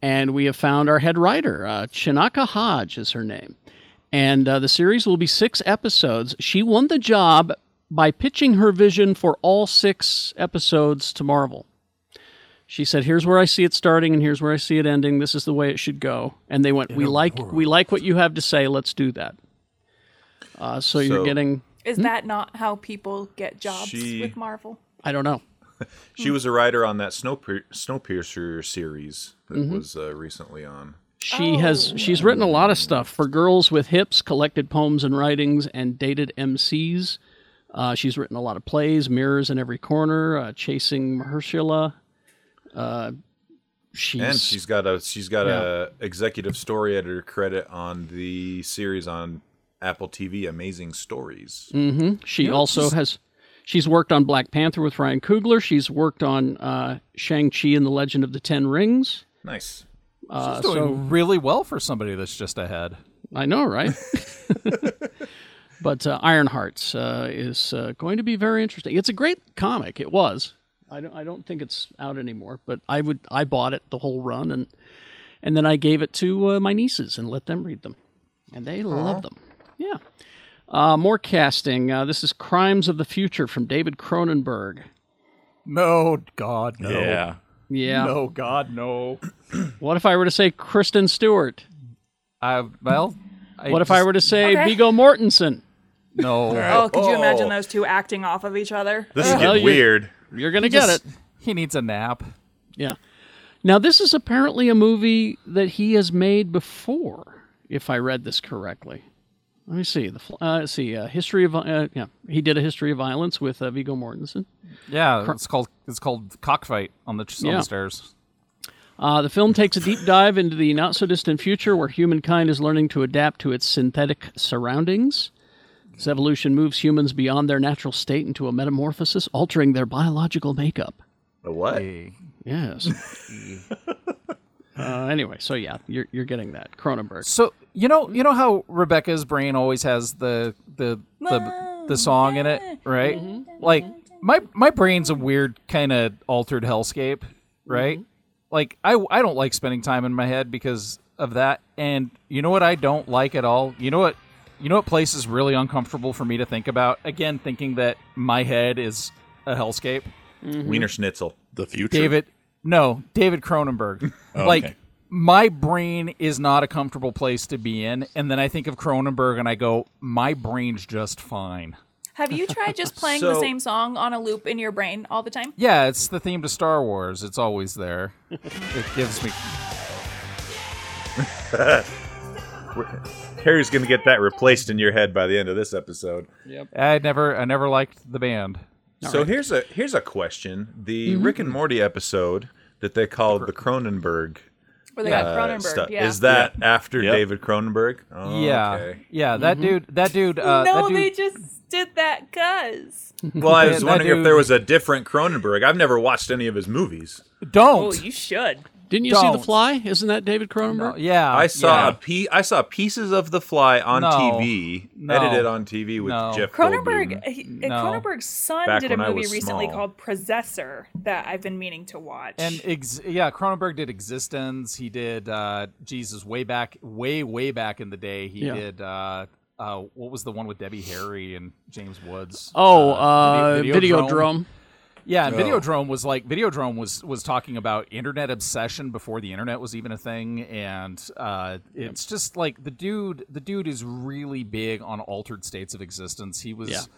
B: And we have found our head writer. Uh, Chinaka Hodge is her name. And uh, the series will be six episodes. She won the job by pitching her vision for all six episodes to Marvel. She said, "Here's where I see it starting, and here's where I see it ending. This is the way it should go." And they went, "We like, we like what you have to say. Let's do that." Uh, so you're
F: So-
B: getting,
D: Is
E: Hmm?
D: that not how people get jobs
F: She-
D: with Marvel?
B: I don't know.
F: it. She was a writer on that Snowpier- Snowpiercer series that
B: Mm-hmm.
F: was uh, recently on.
B: She has she's written a lot of stuff for girls with hips, collected poems and writings, and dated MCs. Uh, she's written a lot of plays, Mirrors in Every Corner, uh, Chasing Mahershala. Uh, she's,
F: And she's got a she's got a executive story editor credit on the series on Apple TV Amazing Stories.
B: she also has she's worked on Black Panther with Ryan Coogler. She's worked on uh, Shang Chi and the Legend of the Ten Rings.
F: Nice.
B: Uh,
E: Doing
B: so
E: really well for somebody that's just ahead.
B: I know, right? but uh, Iron Hearts uh, is uh, going to be very interesting. It's a great comic. It was. I don't. I don't think it's out anymore. But I would. I bought it the whole run, and and then I gave it to uh, my nieces and let them read them, and they love them. Yeah. Uh, more casting. Uh, this is Crimes of the Future from David Cronenberg.
E: No, God, no.
G: Yeah.
B: Yeah.
E: No, God, no.
B: What if I were to say Kristen Stewart?
E: I well. I
B: What if I were to say
D: Okay.
B: Vigo Mortensen?
E: no?
D: Oh, could you imagine
F: Oh.
D: those two acting off of each other?
F: This is
B: Well,
F: getting
B: you-
F: weird.
B: You're gonna get it.
E: He needs a nap.
B: Yeah. Now this is apparently a movie that he has made before, if I read this correctly. Let me see. The fl- uh, let's see uh, history of uh, yeah he did a history of violence with uh, Viggo Mortensen.
E: Yeah, it's called it's called cockfight on the, on
B: Yeah.
E: the stairs.
B: Uh, the film takes a deep dive into the not so distant future where humankind is learning to adapt to its synthetic surroundings. This evolution moves humans beyond their natural state into a metamorphosis, altering their biological makeup.
F: A what?
B: Yes. uh, anyway, so yeah, you're you're getting that Cronenberg.
E: So you know you know how Rebecca's brain always has the the the, the song in it, right? Like my my brain's a weird kind of altered hellscape, right? Like I I don't like spending time in my head because of that. And you know what I don't like at all? You know what you know what place is really uncomfortable for me to think about? Again, thinking that my head is a hellscape.
F: Wiener Schnitzel.
G: The future.
E: David, no, David Cronenberg.
F: Oh,
E: Like my brain is not a comfortable place to be in, and then I think of Cronenberg and I go, my brain's just fine.
D: Have you tried just playing the
F: So-
D: same song on a loop in your brain all the time?
E: Yeah, it's the theme to Star Wars. It's always there. it gives me.
F: Harry's gonna get that replaced in your head by the end of this episode.
E: I never, I never liked the band.
F: so here's a here's a question: the Rick and Morty episode that they called the Cronenberg
D: Where they got
F: uh,
D: Cronenberg.
F: stuff
D: yeah.
F: is that after
G: Yep.
F: David Cronenberg? Oh,
E: yeah,
F: okay.
E: yeah. That dude, that dude, uh,
D: Mm-hmm. no,
E: that dude.
D: they just did that cuz.
F: Well, I was
E: that
F: wondering if
E: dude-
F: there was a different Cronenberg. I've never watched any of his movies.
E: don't.
D: Oh, you should.
B: Didn't you see
E: Don't.
B: The Fly? Isn't that David Cronenberg?
E: yeah,
F: I saw
E: yeah.
F: a pe- I saw pieces of The Fly on
E: No.
F: TV,
E: No.
F: edited on TV with
E: No.
F: Jeff
D: Cronenberg, eh,
F: Goldblum.
D: he, uh,
E: No.
D: Cronenberg's son
F: Back
D: did a
F: when I
D: movie
F: was
D: recently
F: small.
D: called Possessor that I've been meaning to watch.
E: And ex- yeah, Cronenberg did Existence. He did uh, Jesus way back, way way back in the day. He
B: Yeah.
E: did uh, uh, what was the one with Debbie Harry and James Woods?
B: Oh,
E: Uh,
B: uh,
E: Vide- Videodrome.
B: Videodrome.
E: Yeah,
F: Oh.
E: and Videodrome was like Videodrome was was talking about internet obsession before the internet was even a thing, and uh, it's just like the dude. The dude is really big on altered states of existence. He was,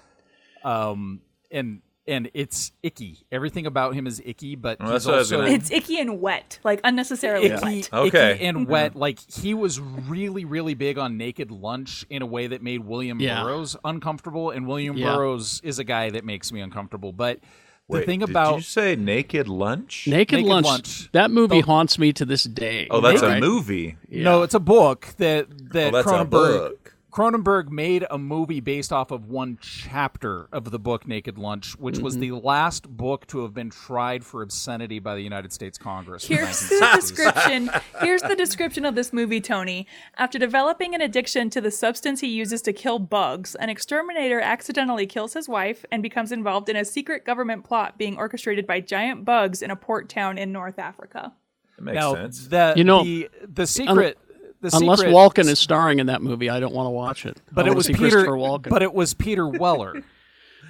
E: um, and and it's icky. Everything about him is icky, but
F: Well,
E: he's
F: that's what I was
E: also
F: gonna-
D: it's icky and wet, like unnecessarily
E: icky,
D: wet.
F: Okay.
E: icky and wet. Like he was really, really big on naked lunch in a way that made William
B: Yeah.
E: Burroughs uncomfortable, and William
B: Yeah.
E: Burroughs is a guy that makes me uncomfortable. But the
F: Wait,
E: thing
F: did
E: about
F: you say Naked Lunch?
B: Naked,
E: Naked
B: Lunch.
E: Lunch.
B: That movie haunts me to this day.
F: oh, that's
B: Right?
F: a movie.
E: no, it's a book that that
F: Oh, that's a
E: Cronenberg
F: book.
E: Cronenberg made a movie based off of one chapter of the book Naked Lunch, which was
B: Mm-hmm.
E: the last book to have been tried for obscenity by the United States Congress. in
D: Here's the
E: 1960s.
D: description. Here's the description of this movie, Tony. After developing an addiction to the substance he uses to kill bugs, an exterminator accidentally kills his wife and becomes involved in a secret government plot being orchestrated by giant bugs in a port town in North Africa.
F: That makes
E: Now,
F: sense.
E: The,
B: You know,
E: the, the secret. the
B: Unless
E: secret-
B: Walken is starring in that movie, I don't want to watch it. I
E: but it
B: wanna
E: was
B: see
E: Peter.
B: Christopher Walken,
E: But it was Peter Weller,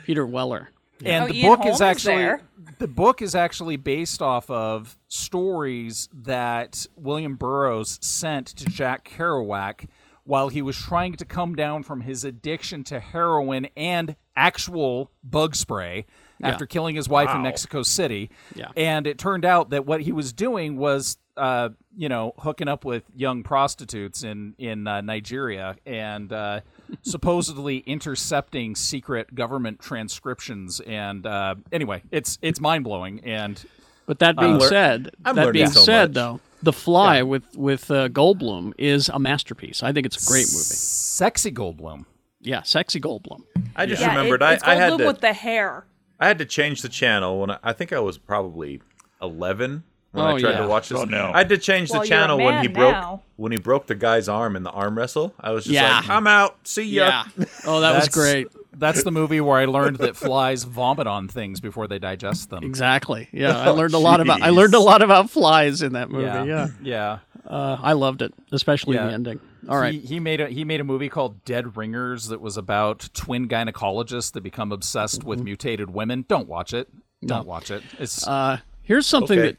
B: Peter Weller.
E: and
D: Oh,
E: the
D: Ian
E: book
D: Holmes
E: is actually
D: there.
E: the book is actually based off of stories that William Burroughs sent to Jack Kerouac while he was trying to come down from his addiction to heroin and actual bug spray after killing his wife in Mexico City.
B: Yeah.
E: And it turned out that what he was doing was, uh, you know, hooking up with young prostitutes in in uh, Nigeria and uh, supposedly intercepting secret government transcriptions. And uh, anyway, it's it's mind blowing. And
B: But that being
F: lear-
B: said,
F: I'm
B: that
F: learning
B: being
F: so
B: said
F: much.
B: though, The Fly with with uh, Goldblum is a masterpiece. I think it's a great movie.
E: sexy Goldblum.
B: Yeah, sexy Goldblum.
F: I just
D: Yeah,
F: remembered
D: it-
F: I,
D: it's
F: I had
D: Goldblum
F: to
D: with the hair.
F: I had to change the channel when I, I think I was probably eleven when
B: Oh,
F: I tried
B: yeah.
F: to watch this.
G: Oh, no.
F: I had to change the
D: Well, you're a
F: channel when he
D: man
F: broke
D: now.
F: when he broke the guy's arm in the arm wrestle. I was just
B: Yeah.
F: like, I'm out. See ya.
B: Yeah. Oh, that was
E: That's
B: great.
E: That's the movie where I learned that flies vomit on things before they digest them.
B: Exactly. Yeah, I learned a lot about I learned a lot about flies in that movie. Yeah,
E: Oh, yeah.
B: Uh, I loved it, especially
E: Yeah.
B: the ending. All right,
E: He, he made a he made a movie called Dead Ringers that was about twin gynecologists that become obsessed with
B: Mm-hmm.
E: mutated women. Don't watch it. Don't watch it. It's
B: uh, here's something
F: Okay.
B: that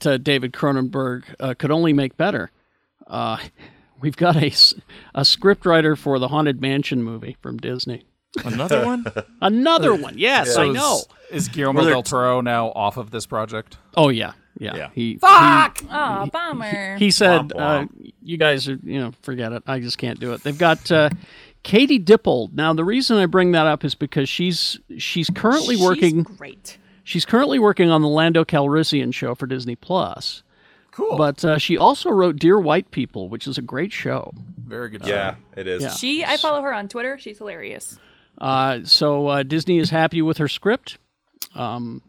B: that uh, David Cronenberg uh, could only make better. Uh, we've got a s- a scriptwriter for the Haunted Mansion movie from Disney.
G: Another one?
F: Uh,
B: Another one. Yes, I
E: is-
B: know.
E: Is, Guillermo del Toro now off of this project?
B: Oh yeah, yeah.
G: Yeah.
B: He
E: Fuck.
D: Aw, Ah, bummer.
B: he said,
F: Womp womp.
B: Uh, "You guys are, you know, forget it. I just can't do it." They've got uh, Katie Dippold. Now, the reason I bring that up is because she's she's currently
D: She's
B: working.
D: great.
B: She's currently working on the Lando Calrissian show for Disney Plus. Cool. But uh, she also wrote Dear White People, which is a great show.
E: Very good.
F: Yeah, it is.
B: Yeah.
D: She, I follow her on Twitter. She's hilarious.
B: Uh, so uh, Disney is happy with her script. Um,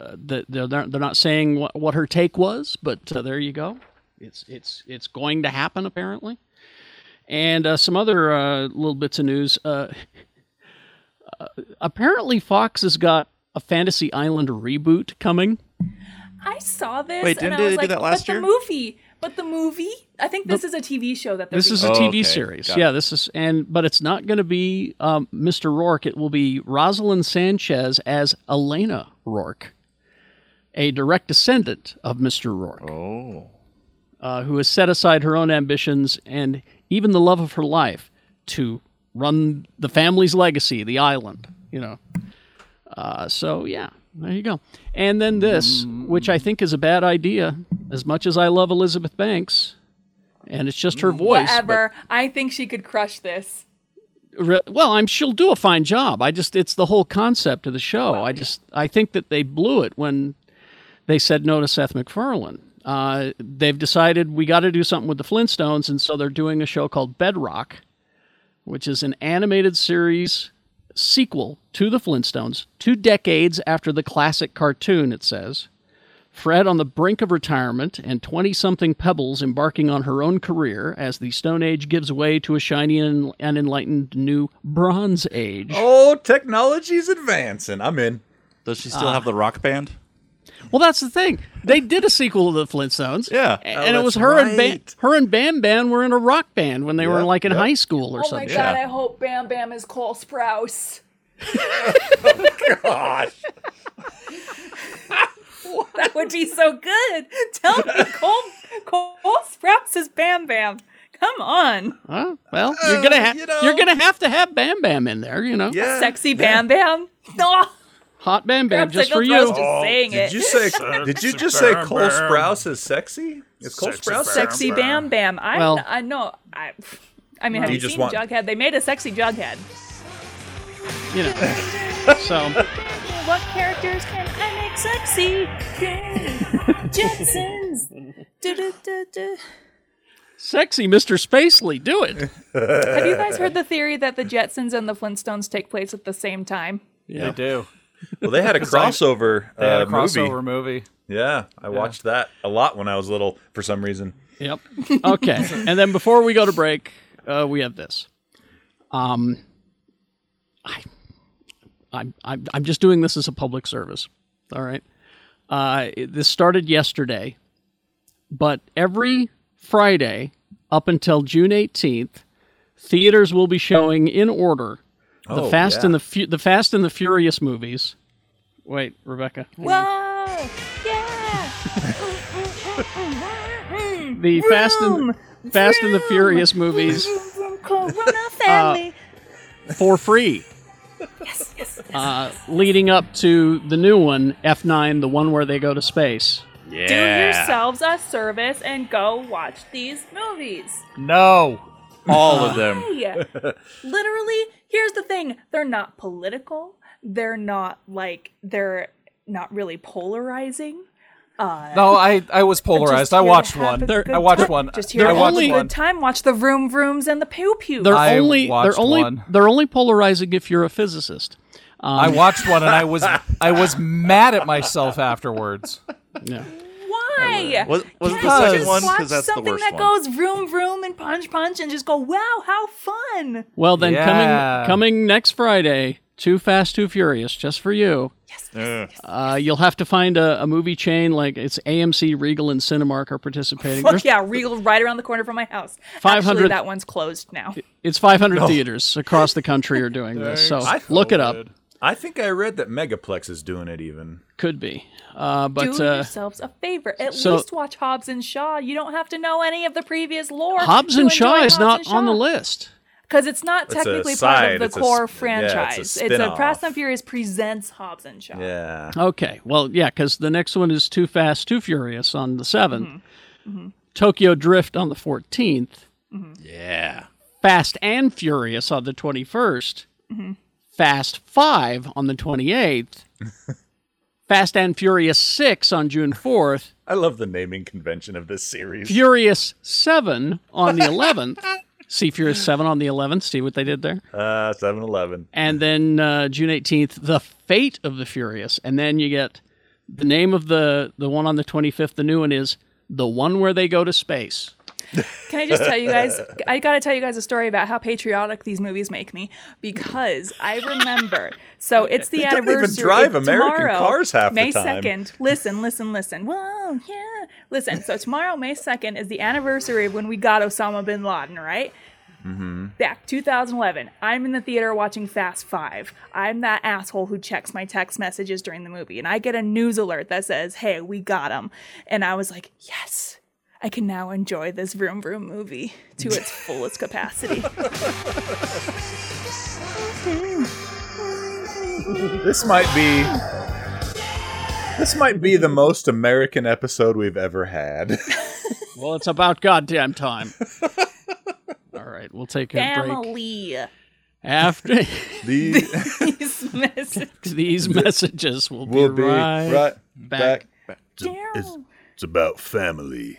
B: uh, the- they're, not- they're not saying what, what her take was, but uh, there you go. It's it's it's going to happen apparently. And uh, some other uh, little bits of news. Uh, uh, apparently, Fox has got a Fantasy Island reboot coming.
D: I saw this.
G: Wait,
D: and
G: didn't
D: I was
G: they do
D: like,
G: that last
D: but
G: year?
D: The movie, but the movie. I think this is a TV show that they're
B: This is a
G: Oh,
B: TV
G: okay.
B: series.
G: Got
B: Yeah, this is and but it's not going to be um, Mr. Rourke. It will be Rosalind Sanchez as Elena Rourke, a direct descendant of Mr. Rourke,
G: Oh.
B: uh, who has set aside her own ambitions and even the love of her life to run the family's legacy, the island. You know. Uh, so yeah, there you go. And then this, which I think is a bad idea, as much as I love Elizabeth Banks. And it's just her voice. but-
D: Whatever. I think she could crush this.
B: Re- well i'm she'll do a fine job i just it's the whole concept of the show i just i think that they blew it when they said no to seth macfarlane uh, they've decided we got to do something with the flintstones and so they're doing a show called bedrock which is an animated series sequel to the flintstones two decades after the classic cartoon it says Fred on the brink of retirement and 20 something Pebbles embarking on her own career as the Stone Age gives way to a shiny and, and enlightened new Bronze Age.
F: Oh, technology's advancing. I'm in.
G: Does she
B: Uh,
G: still have the rock band?
B: Well, that's the thing. They did a sequel to the Flintstones.
G: Yeah.
B: a- And it
F: Oh,
B: was
F: that's
B: her and Bam,
F: right.
B: her and Bam Bam were in a rock band when they were
F: Yep,
B: like in
F: yep.
B: high school or
D: Oh my
B: something.
D: god! I hope Bam Bam is Cole Sprouse.
F: Oh, Gosh.
D: That would be so good. Tell me, Cole, Cole Sprouse is Bam Bam. Come on,
B: Huh? Well, you're gonna ha-
F: Uh, you know.
B: you're gonna have to have Bam Bam in there, you know.
F: Uh, Yeah.
D: sexy Bam Bam. No,
B: Hot Bam Bam
D: I'm
B: just for
D: just
B: you.
D: saying
F: Oh, Did
D: it.
F: you say? did you just say Cole Sprouse is sexy? Is Cole
C: Sexy
F: Sprouse
C: Bam
F: sexy?
D: sexy Bam Bam? I
B: Well-
D: I know. I, I mean, have
F: You
D: you,
F: just
D: seen
F: want-
D: Jughead? They made a sexy Jughead.
B: You know. so
D: What characters can I make sexy? Jetsons. Du-du-du-du.
B: sexy Mr. Spacely, do it.
D: Have you guys heard the theory that the Jetsons and the Flintstones take place at the same time?
E: They do.
F: Well, they had a crossover,
E: They had
F: uh,
E: a crossover
F: movie.
E: movie.
F: Yeah, I watched that a lot when I was little for some reason.
B: Yep. Okay. and then before we go to break, uh, we have this. Um, I, I'm, I'm, I'm just doing this as a public service. All right. Uh, it- this started yesterday, but every Friday up until June 18th, theaters will be showing in order the
F: Oh,
B: Fast
F: yeah.
B: and the Fu- the Fast and the Furious movies. Wait, Rebecca.
D: Whoa! Yeah!
B: The Fast and Fast and the Furious movies uh,
D: Corona family.
B: for free.
D: yes, yes.
B: uh, leading up to the new one, F9, the one where they go to space.
D: Do yourselves a service and go watch these movies.
E: No.
G: All of them.
D: Hey, literally, here's the thing they're not political, they're not like, they're not really polarizing. Uh,
E: No, I, I was
D: just
E: polarized. I
D: here to
E: watched
D: have
E: one.
D: a good
E: I watched
D: time.
E: one.
D: Just here
E: I
D: to have
E: watched
D: a
B: only-
E: one.
D: good time. Watch the vroom vrooms and the pew pew.
B: They're
E: I
B: only they're
E: watched
B: only
E: one.
B: they're only polarizing if you're a physicist.
E: I watched one and I was I was mad at myself afterwards.
B: Yeah.
D: Why? Why?
G: Was, was
D: Can't
G: the
D: you
G: second
D: just
G: one?
D: watch
G: Because that's the
D: something
G: worst
D: that
G: one.
D: goes vroom vroom and punch punch and just go wow how fun
B: Well, then
E: Yeah.
B: coming coming next Friday, Too Fast, Too Furious, just for you.
G: Ugh.
B: Uh, you'll have to find a, a movie chain like it's AMC, Regal, and Cinemark are participating.
D: fuck
B: There's-
D: yeah regal right around the corner from my house
B: 500
D: actually that one's closed now
B: It's 500 theaters across the country are doing this, so look it up.
F: I think I read that Megaplex is doing it even.
B: Could be, uh, but
D: do
B: uh,
D: yourselves a favor at
B: so-
D: least watch hobbs and shaw you don't have to know any of the previous lore
B: Hobbs
D: to
B: and
D: enjoy
B: Shaw is
D: Hobbs
B: not
D: and
B: on the
D: Shaw.
B: list.
D: because it's not
F: It's a
D: technically part of
F: side,
D: the
F: it's a
D: core
F: sp- yeah, it's a
D: franchise.
F: spin-off.
D: Fast and Furious presents Hobbs and Shaw.
F: Yeah.
B: Okay, well, yeah, because the next one is Too Fast, Too Furious on the 7th
D: Mm-hmm.
B: Tokyo Drift on the 14th,
G: Yeah.
B: Fast and Furious on the 21st,
D: Mm-hmm.
B: Fast 5 on the 28th, Fast and Furious 6 on June 4th,
F: I love the naming convention of this series.
B: Furious 7 on the 11th. See Furious 7 on the 11th, see what they did there.
F: Uh, 7 Eleven.
B: and then uh, June eighteenth, the Fate of the Furious, and then you get the name of the the one on the twenty fifth. The new one is the one where they go to space.
D: Can I just tell you guys? I gotta tell you guys a story about how patriotic these movies make me because I remember. So it's the
F: don't even
D: anniversary.
F: drive
D: it's
F: American
D: tomorrow,
F: cars half the
D: May
F: time.
D: second. Listen, listen, listen. Whoa, yeah. Listen. So tomorrow, May second, is the anniversary of when we got Osama bin Laden, right?
F: Mm-hmm.
D: back 2011 i'm in the theater watching fast five i'm that asshole who checks my text messages during the movie and i get a news alert that says hey we got him and i was like yes i can now enjoy this vroom vroom movie to its fullest capacity
F: This might be. This might be the most American episode we've ever had.
B: Well, it's about goddamn time. All right, we'll take a break
D: family
B: after
F: The
D: These messages.
B: these messages. We'll,
F: will
B: be,
F: be
B: right,
F: right
B: back.
F: back.
D: Daryl.
F: It's about family.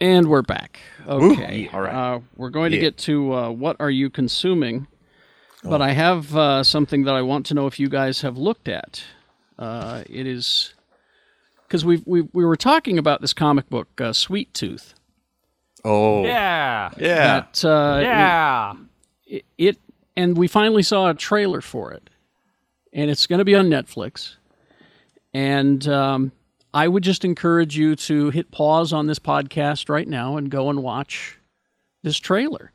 B: and we're back. Okay,
G: yeah. Oh. All right.
B: Uh, we're going to get to uh, what are you consuming, but I have uh, something that I want to know if you guys have looked at. Uh, it is because we we we were talking about this comic book, uh, Sweet Tooth.
G: Oh. Yeah.
E: Yeah.
B: That uh,
E: Yeah.
B: it, it and we finally saw a trailer for it, and it's going to be on Netflix. And um, I would just encourage you to hit pause on this podcast right now and go and watch this trailer.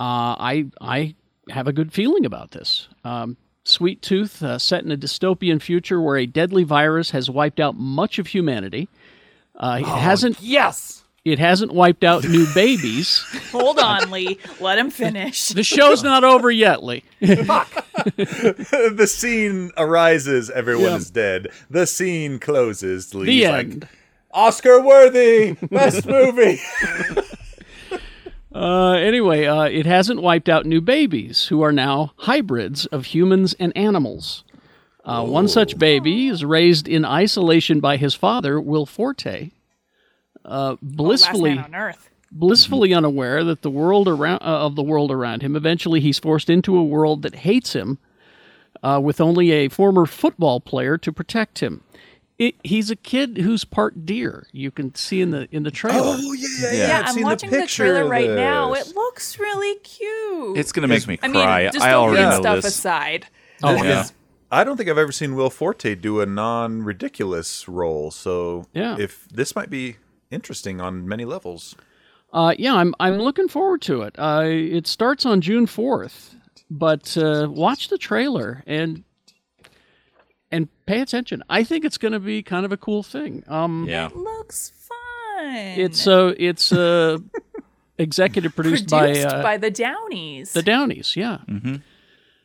B: Uh, I I have a good feeling about this. Um, Sweet Tooth, uh, set in a dystopian future where a deadly virus has wiped out much of humanity. Uh, it hasn't
E: Yes.
B: it hasn't wiped out new babies.
D: hold on lee let him finish
B: The show's not over yet, Lee.
F: the scene arises. Everyone is dead. The scene closes.
B: The
F: Lee's like,
B: end.
F: Oscar worthy, best movie.
B: Uh, anyway, uh, it hasn't wiped out new babies who are now hybrids of humans and animals. Uh, one such baby is raised in isolation by his father, Will Forte, uh,
D: last
B: blissfully
D: man on earth
B: blissfully unaware that the world around uh, of the world around him. Eventually, he's forced into a world that hates him, uh, with only a former football player to protect him. It, he's a kid who's part deer. You can see in the in the trailer.
F: yeah, yeah,
D: yeah i'm watching the, trailer right now it looks really cute
G: It's gonna make me
D: I
G: cry.
D: mean, dystopian
G: I already know
D: stuff
G: this.
D: aside.
B: Oh,
G: yeah.
F: I don't think I've ever seen Will Forte do a non-ridiculous role. So
B: Yeah.
F: if this might be interesting on many levels.
B: Uh, yeah, I'm I'm looking forward to it. Uh, it starts on June fourth, but uh, watch the trailer and and pay attention. I think it's going to be kind of a cool thing. Um,
G: Yeah.
D: Looks fun.
B: it's uh, it's uh, executive produced,
D: produced
B: by, uh,
D: the Downies.
B: the Downies. Yeah,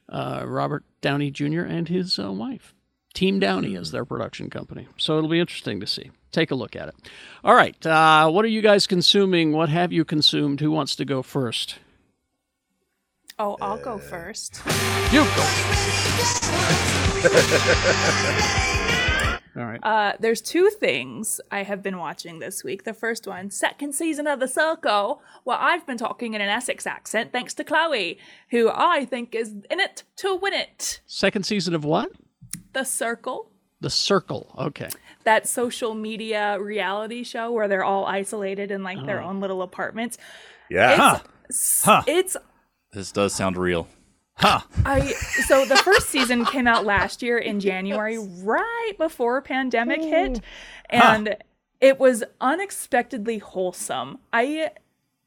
B: uh, Robert Downey Jr. and his uh, wife. Team Downey is their production company. So it'll be interesting to see. Take a look at it. All right. Uh, what are you guys consuming? What have you consumed? Who wants to go first?
D: Oh, I'll go first.
B: You All right.
D: Uh, there's two things I have been watching this week. The first one, second season of The Circle, where I've been talking in an Essex accent thanks to Chloe, who I think is in it to win it.
B: Second season of what?
D: The Circle,
B: The Circle. Okay.
D: that social media reality show where they're all isolated in like their
G: Oh.
D: own little apartments.
G: Yeah.
D: It's,
G: Huh.
D: it's
G: This does sound real. Huh.
D: I so the first season came out last year in January, right before pandemic hit, and it was unexpectedly wholesome. I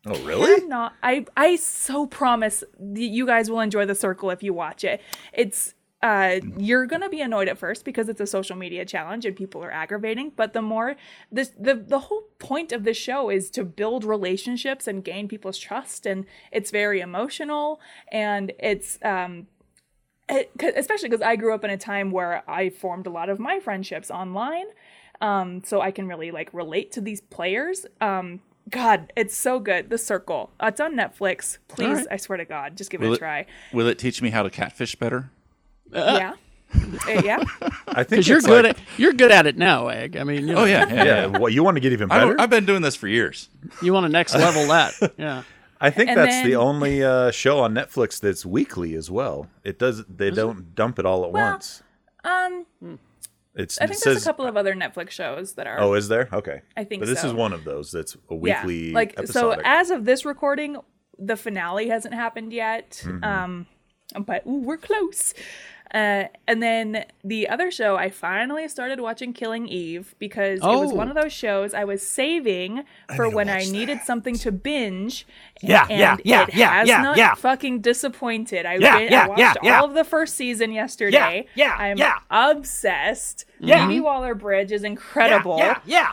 F: Oh,
D: cannot- I I so promise that you guys will enjoy the circle if you watch it. It's uh you're gonna be annoyed at first because it's a social media challenge and people are aggravating but the more this the the whole point of this show is to build relationships and gain people's trust and it's very emotional and it's um it, 'cause- especially because I grew up in a time where I formed a lot of my friendships online, um, so I can really like relate to these players. Um, God, it's so good. The Circle. Uh, it's on Netflix. Please,
G: right.
D: I swear to God, just give
G: Will
D: it
G: it-
D: a try.
G: Will it teach me how to catfish better?
D: yeah, Uh, yeah.
F: I think
B: Because you're
G: it's
B: good
G: like-
B: at you're good at it now, Egg. I mean, you know,
G: Oh yeah, yeah.
F: Well, you want to get even
G: I don't-
F: better?
G: I've been doing this for years.
B: you want to next level that. Yeah.
F: I think
B: And
F: that's the
B: then-
F: only uh, show on Netflix that's weekly as well. It does. They don't dump it all at once.
D: Um,
F: It's
D: I
F: it
D: think there's
F: says.
D: a couple of other Netflix shows that are.
F: Oh, is there? Okay.
D: I think
F: But this
D: so.
F: is one of those that's a weekly.
D: Yeah. Like so,
F: episodic.
D: as of this recording, the finale hasn't happened yet.
E: Mm-hmm.
F: Mhm.
D: Um, but ooh, we're close. Uh, and then the other show, I finally started watching Killing Eve because it was
B: Oh.
D: one of those shows I was saving for when I needed something to binge.
E: Yeah,
D: and
E: yeah, yeah,
D: it
E: yeah,
D: has
E: yeah,
D: not
E: yeah.
D: Fucking disappointed. I,
E: Yeah,
D: bin- I
E: yeah,
D: watched
E: yeah, yeah.
D: all of the first season yesterday.
E: yeah,
D: I'm
E: yeah.
D: obsessed.
E: Yeah.
D: Phoebe Waller Bridge is incredible.
E: yeah, yeah.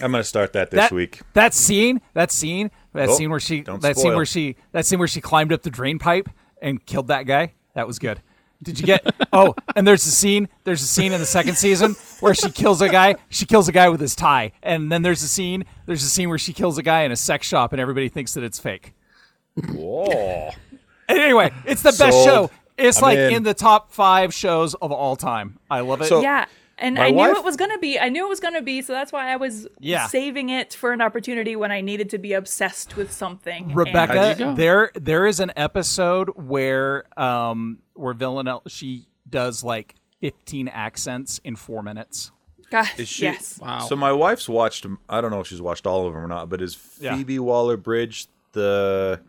F: I'm going to start that this
E: That-
F: week.
E: That scene, that scene, that
F: Oh,
E: scene where she,
F: don't
E: that scene
F: spoil.
E: where she, that scene where she climbed up the drain pipe and killed that guy. That was good. Did you get? oh, and there's a scene. There's a scene in the second season where she kills a guy. She kills a guy with his tie, and then there's a scene. There's a scene where she kills a guy in a sex shop, and everybody thinks that it's fake.
F: Whoa.
E: And anyway, it's the best
F: Sold.
E: show. It's
F: I'm
E: like
F: in.
E: in. the top five shows of all time. I love it.
D: yeah. And
E: my
D: I
E: wife-
D: knew it was gonna be. I knew it was gonna be. So that's why I was
E: Yeah.
D: saving it for an opportunity when I needed to be obsessed with something. And-
E: Rebecca, there there is an episode where um where Villanelle she does like 15 accents in 4 minutes.
D: God,
F: Is she,
E: yes. Wow.
F: So my wife's watched. 'em- I don't know if she's watched all of them or not, but is
E: Yeah.
F: Phoebe Waller Bridge the?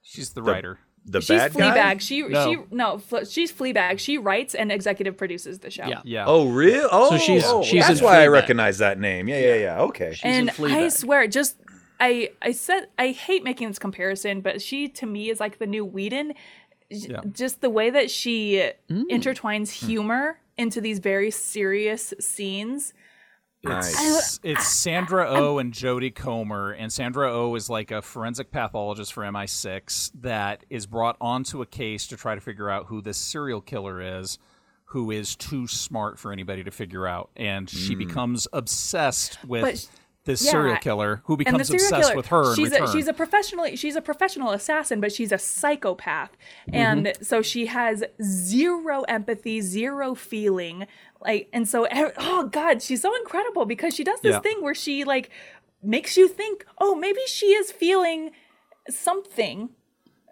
E: She's the writer.
F: The
D: she's
F: bad guy.
D: Fleabag. She
F: No.
D: she no. Fle- She's Fleabag. She writes and executive produces the show.
F: Oh, real? Oh,
B: So she's-
F: oh,
B: she's
F: that's
B: in
F: why I
B: Fleabag.
F: recognize that name. Yeah, yeah, yeah. Okay.
D: and I swear, just I I said I hate making this comparison, but she to me is like the new Whedon. J-
F: Yeah. Mm. Hmm.
D: Just the way that she intertwines humor into these very serious scenes.
E: It's, it's Sandra O oh and Jodie Comer, and Sandra O oh is like a forensic pathologist for MI6 that is brought onto a case to try to figure out who this serial killer is, who is too smart for anybody to figure out, and she
F: Mm.
E: becomes obsessed with
D: But sh-
E: this
D: Yeah.
E: serial killer, who
D: And the
E: becomes
D: serial
E: obsessed
D: killer,
E: with her.
D: She's
E: in return.
D: a she's a professional she's a professional assassin, but she's a psychopath,
E: Mm-hmm.
D: and so she has zero empathy, zero feeling, like and so e- oh god, she's so incredible because she does this
E: Yeah.
D: thing where she like makes you think, oh maybe she is feeling something.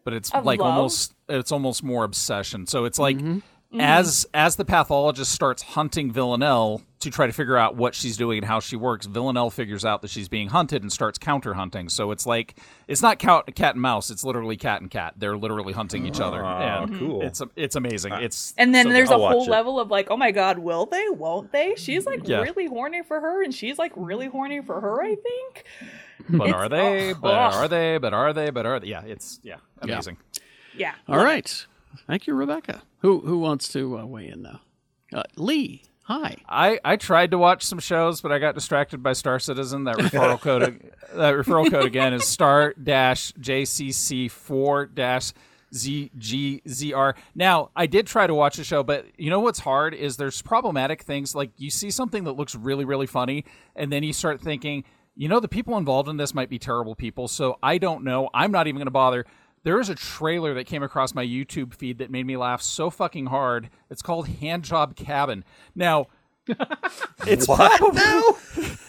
E: but it's
D: of
E: like
D: love.
E: almost it's almost more obsession. So it's like
D: Mm-hmm.
E: as as the pathologist starts hunting Villanelle to try to figure out what she's doing and how she works, Villanelle figures out that she's being hunted and starts counter hunting. So it's like it's not cat, cat and mouse; it's literally cat and cat. They're literally hunting each other.
F: Oh,
E: and
F: cool.
E: It's it's amazing. It's
D: And then
E: so
D: there's
E: good.
D: a whole level of like, oh my god, will they? Won't they? She's like
E: Yeah.
D: really horny for her, and she's like really horny for her. I think.
E: But
D: It's-
E: are they?
D: oh,
E: But
D: ugh.
E: are they? But are they? But are they? Yeah, it's yeah,
B: Yeah.
E: amazing.
D: Yeah.
B: All right. Thank you, Rebecca. Who who wants to uh, weigh in now? Uh, Lee. Hi.
E: I, I tried to watch some shows, but I got distracted by Star Citizen. That referral code that referral code again is star dash JCC four dash Z G Z R. Now, I did try to watch the show, but you know what's hard is there's problematic things like you see something that looks really, really funny, and then you start thinking, you know, the people involved in this might be terrible people, so I don't know. I'm not even going to bother. There is a trailer that came across my YouTube feed that made me laugh so fucking hard. It's called Handjob Cabin. Now, it's probably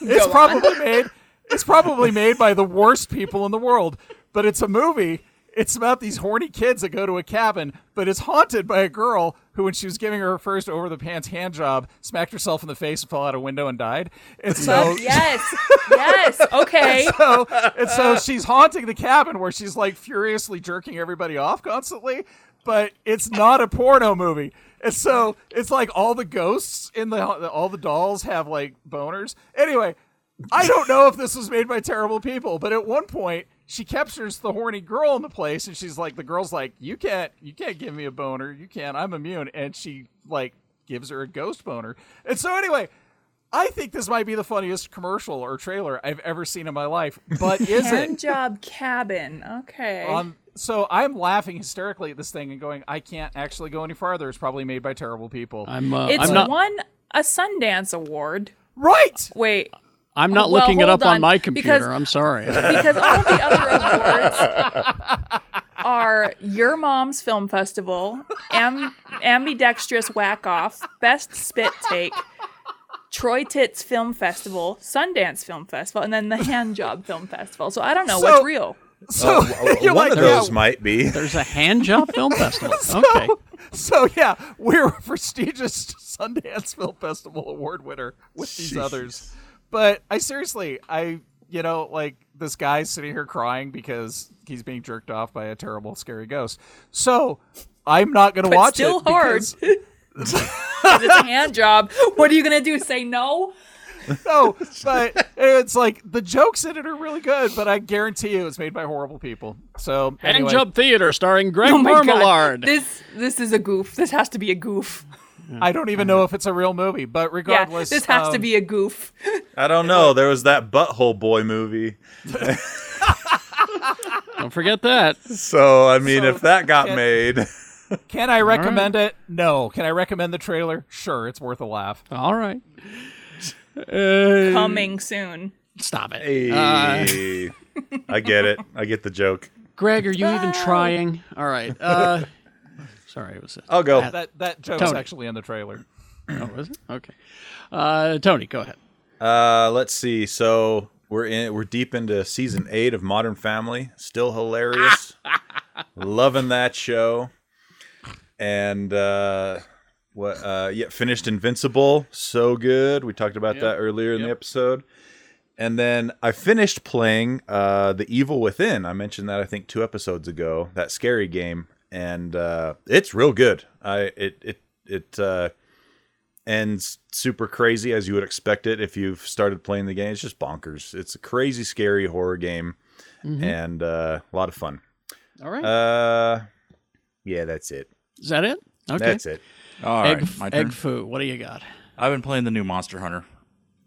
E: it's probably made it's probably made by the worst people in the world, but it's a movie. It's about these horny kids that go to a cabin, but it's haunted by a girl who, when she was giving her first over the pants hand job, smacked herself in the face and fell out a window and died. And so,
D: Fuck Oh, yes, yes. Okay.
E: and so, and so she's haunting the cabin where she's like furiously jerking everybody off constantly, but it's not a porno movie. And so it's like all the ghosts in the all the dolls have like boners. Anyway, I don't know if this was made by terrible people, but at one point she captures the horny girl in the place and she's like the girl's like you can't you can't give me a boner, you can't. I'm immune and she like gives her a ghost boner. And so anyway, I think this might be the funniest commercial or trailer I've ever seen in my life, but is it?
D: Hand job cabin. Okay.
E: Um, so I'm laughing hysterically at this thing and going, I can't actually go any farther. It's probably made by terrible people.
B: I'm, uh,
D: it's
B: I'm not.
D: won a Sundance award.
E: Right.
D: Wait.
B: I'm not
D: Well,
B: looking it
D: hold
B: up on,
D: on,
B: my computer.
D: because-
B: I'm sorry.
D: because all the other awards are Your Mom's Film Festival, Am- Ambidextrous Whack Off, Best Spit Take, Troy Tits Film Festival, Sundance Film Festival, and then the Hand Job Film Festival. So I don't know what's
E: So-
D: real.
E: So you're
F: Oh, one
E: like,
F: of those
E: yeah.
F: might be.
B: There's a hand job film festival. Okay.
E: So yeah, we're a prestigious Sundance Film Festival award winner with these others. But I seriously, I you know, like this guy sitting here crying because he's being jerked off by a terrible, scary ghost. So I'm not going to
D: But
E: watch
D: still
E: it.
D: hard. 'Cause
E: because-
D: it's a hand job. What are you going to do? Say no?
E: no, but it's like the jokes in it are really good, but I guarantee you it's made by horrible people. So
B: Hand
E: anyway,
B: job theater starring Greg
D: Oh my God.
B: Marmalard.
D: This, this is a goof. This has to be a goof.
E: I don't
D: Mm-hmm.
E: even know if it's a real movie, but
D: Yeah,
E: regardless,
D: this has to
E: um,
D: be a goof.
F: I don't know. There was that butthole boy movie.
B: Don't forget that.
F: So I mean,
E: So-
F: if that got made,
E: Can I recommend it? No. Can I recommend the trailer? Sure, it's worth a laugh.
B: All right. Uh,
D: Coming soon.
B: stop it. Uh,
F: Hey. I get it. I get the joke.
B: Greg, are you even trying? All right. Uh, sorry, it was.
F: I'll go.
B: Uh,
E: That that joke's
B: Tony.
E: actually in the trailer.
B: Oh, was it? Okay. Uh, Tony, go ahead.
F: Uh, let's see. So we're in. We're deep into season eight of Modern Family. Still hilarious. Loving that show. And uh, what? Uh, yeah, finished Invincible. So good. We talked about that earlier in the episode. And then I finished playing uh, The Evil Within. I mentioned that I think two episodes ago. That scary game, and uh, it's real good. I it it it uh, ends super crazy as you would expect it if you've started playing the game. It's just bonkers. It's a crazy, scary horror game,
G: Mm-hmm.
F: and uh, a lot of fun.
B: All
G: Mm.
B: right.
F: Uh, yeah, that's it.
B: Is that it? Okay.
F: That's it.
G: All right,
B: Egg,
G: my turn.
B: egg foo. What do you got?
G: I've been playing the new Monster Hunter.